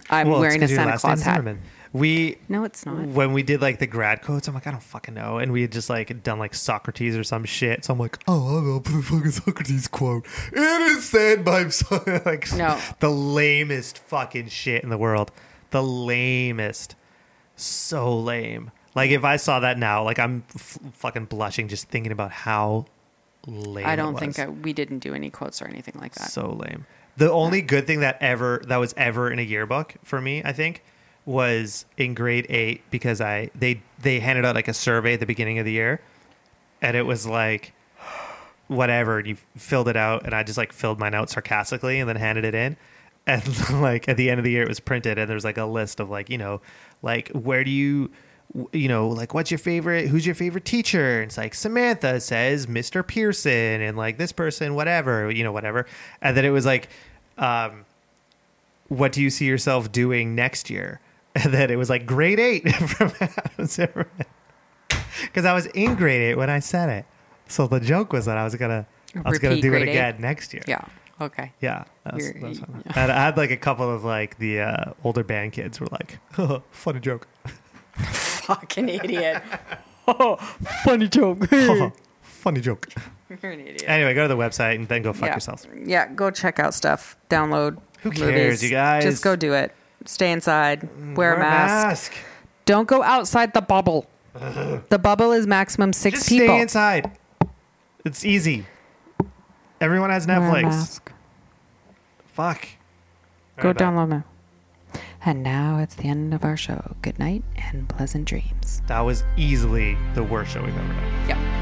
S2: I'm
S1: Well, it's
S2: wearing a
S1: 'cause your
S2: Santa
S1: last name's
S2: Claus hat.
S1: Zimmerman. We
S2: No, it's not.
S1: When we did like the grad codes, I'm like, I don't fucking know. And we had just like done like Socrates or some shit. So I'm like, oh, I'll put a fucking Socrates quote. It is said by like
S2: No.
S1: the lamest fucking shit in the world. the lamest. So lame. Like if I saw that now, like I'm f- fucking blushing just thinking about how lame.
S4: I
S1: it
S4: don't think
S1: was.
S4: I, we didn't do any quotes or anything like that.
S1: So lame. The only good thing that ever that was ever in a yearbook for me, I think, was in grade eight because I they they handed out like a survey at the beginning of the year, and it was like whatever, and you filled it out, and I just like filled mine out sarcastically and then handed it in. And like at the end of the year, it was printed, and there's like a list of like you know, like where do you, you know, like what's your favorite? Who's your favorite teacher? And it's like Samantha says Mr. Pearson, and like this person, whatever, you know, whatever. And then it was like, um, what do you see yourself doing next year? And then it was like grade eight from Adam Zimmerman because I was in grade eight when I said it. So the joke was that I was gonna, I was gonna
S4: Repeat
S1: do it
S4: grade eight?
S1: again next year.
S4: yeah. Okay.
S1: yeah. That was,
S4: You're-
S1: that was fun.
S4: yeah.
S1: And I had like a couple of like the uh, older band kids were like, funny joke,
S4: Fucking idiot. oh, funny joke.
S1: funny joke.
S4: You're an idiot.
S1: Anyway, go to the website and then go fuck
S2: yeah.
S1: yourselves.
S2: Yeah, go check out stuff. Download.
S1: Who cares,
S2: movies.
S1: you guys? Mm,
S2: Just go do it. Stay inside. Wear, a mask.
S1: mask.
S2: Don't go outside the bubble. the bubble is maximum six
S1: Just
S2: people.
S1: stay inside. It's easy. Everyone has
S2: Wear a
S1: Netflix.
S2: mask.
S1: Fuck.
S2: Go
S1: Right back.
S2: download now. And now it's the end of our show. Good night and pleasant dreams.
S1: That was easily the worst show we've ever done.
S4: Yeah.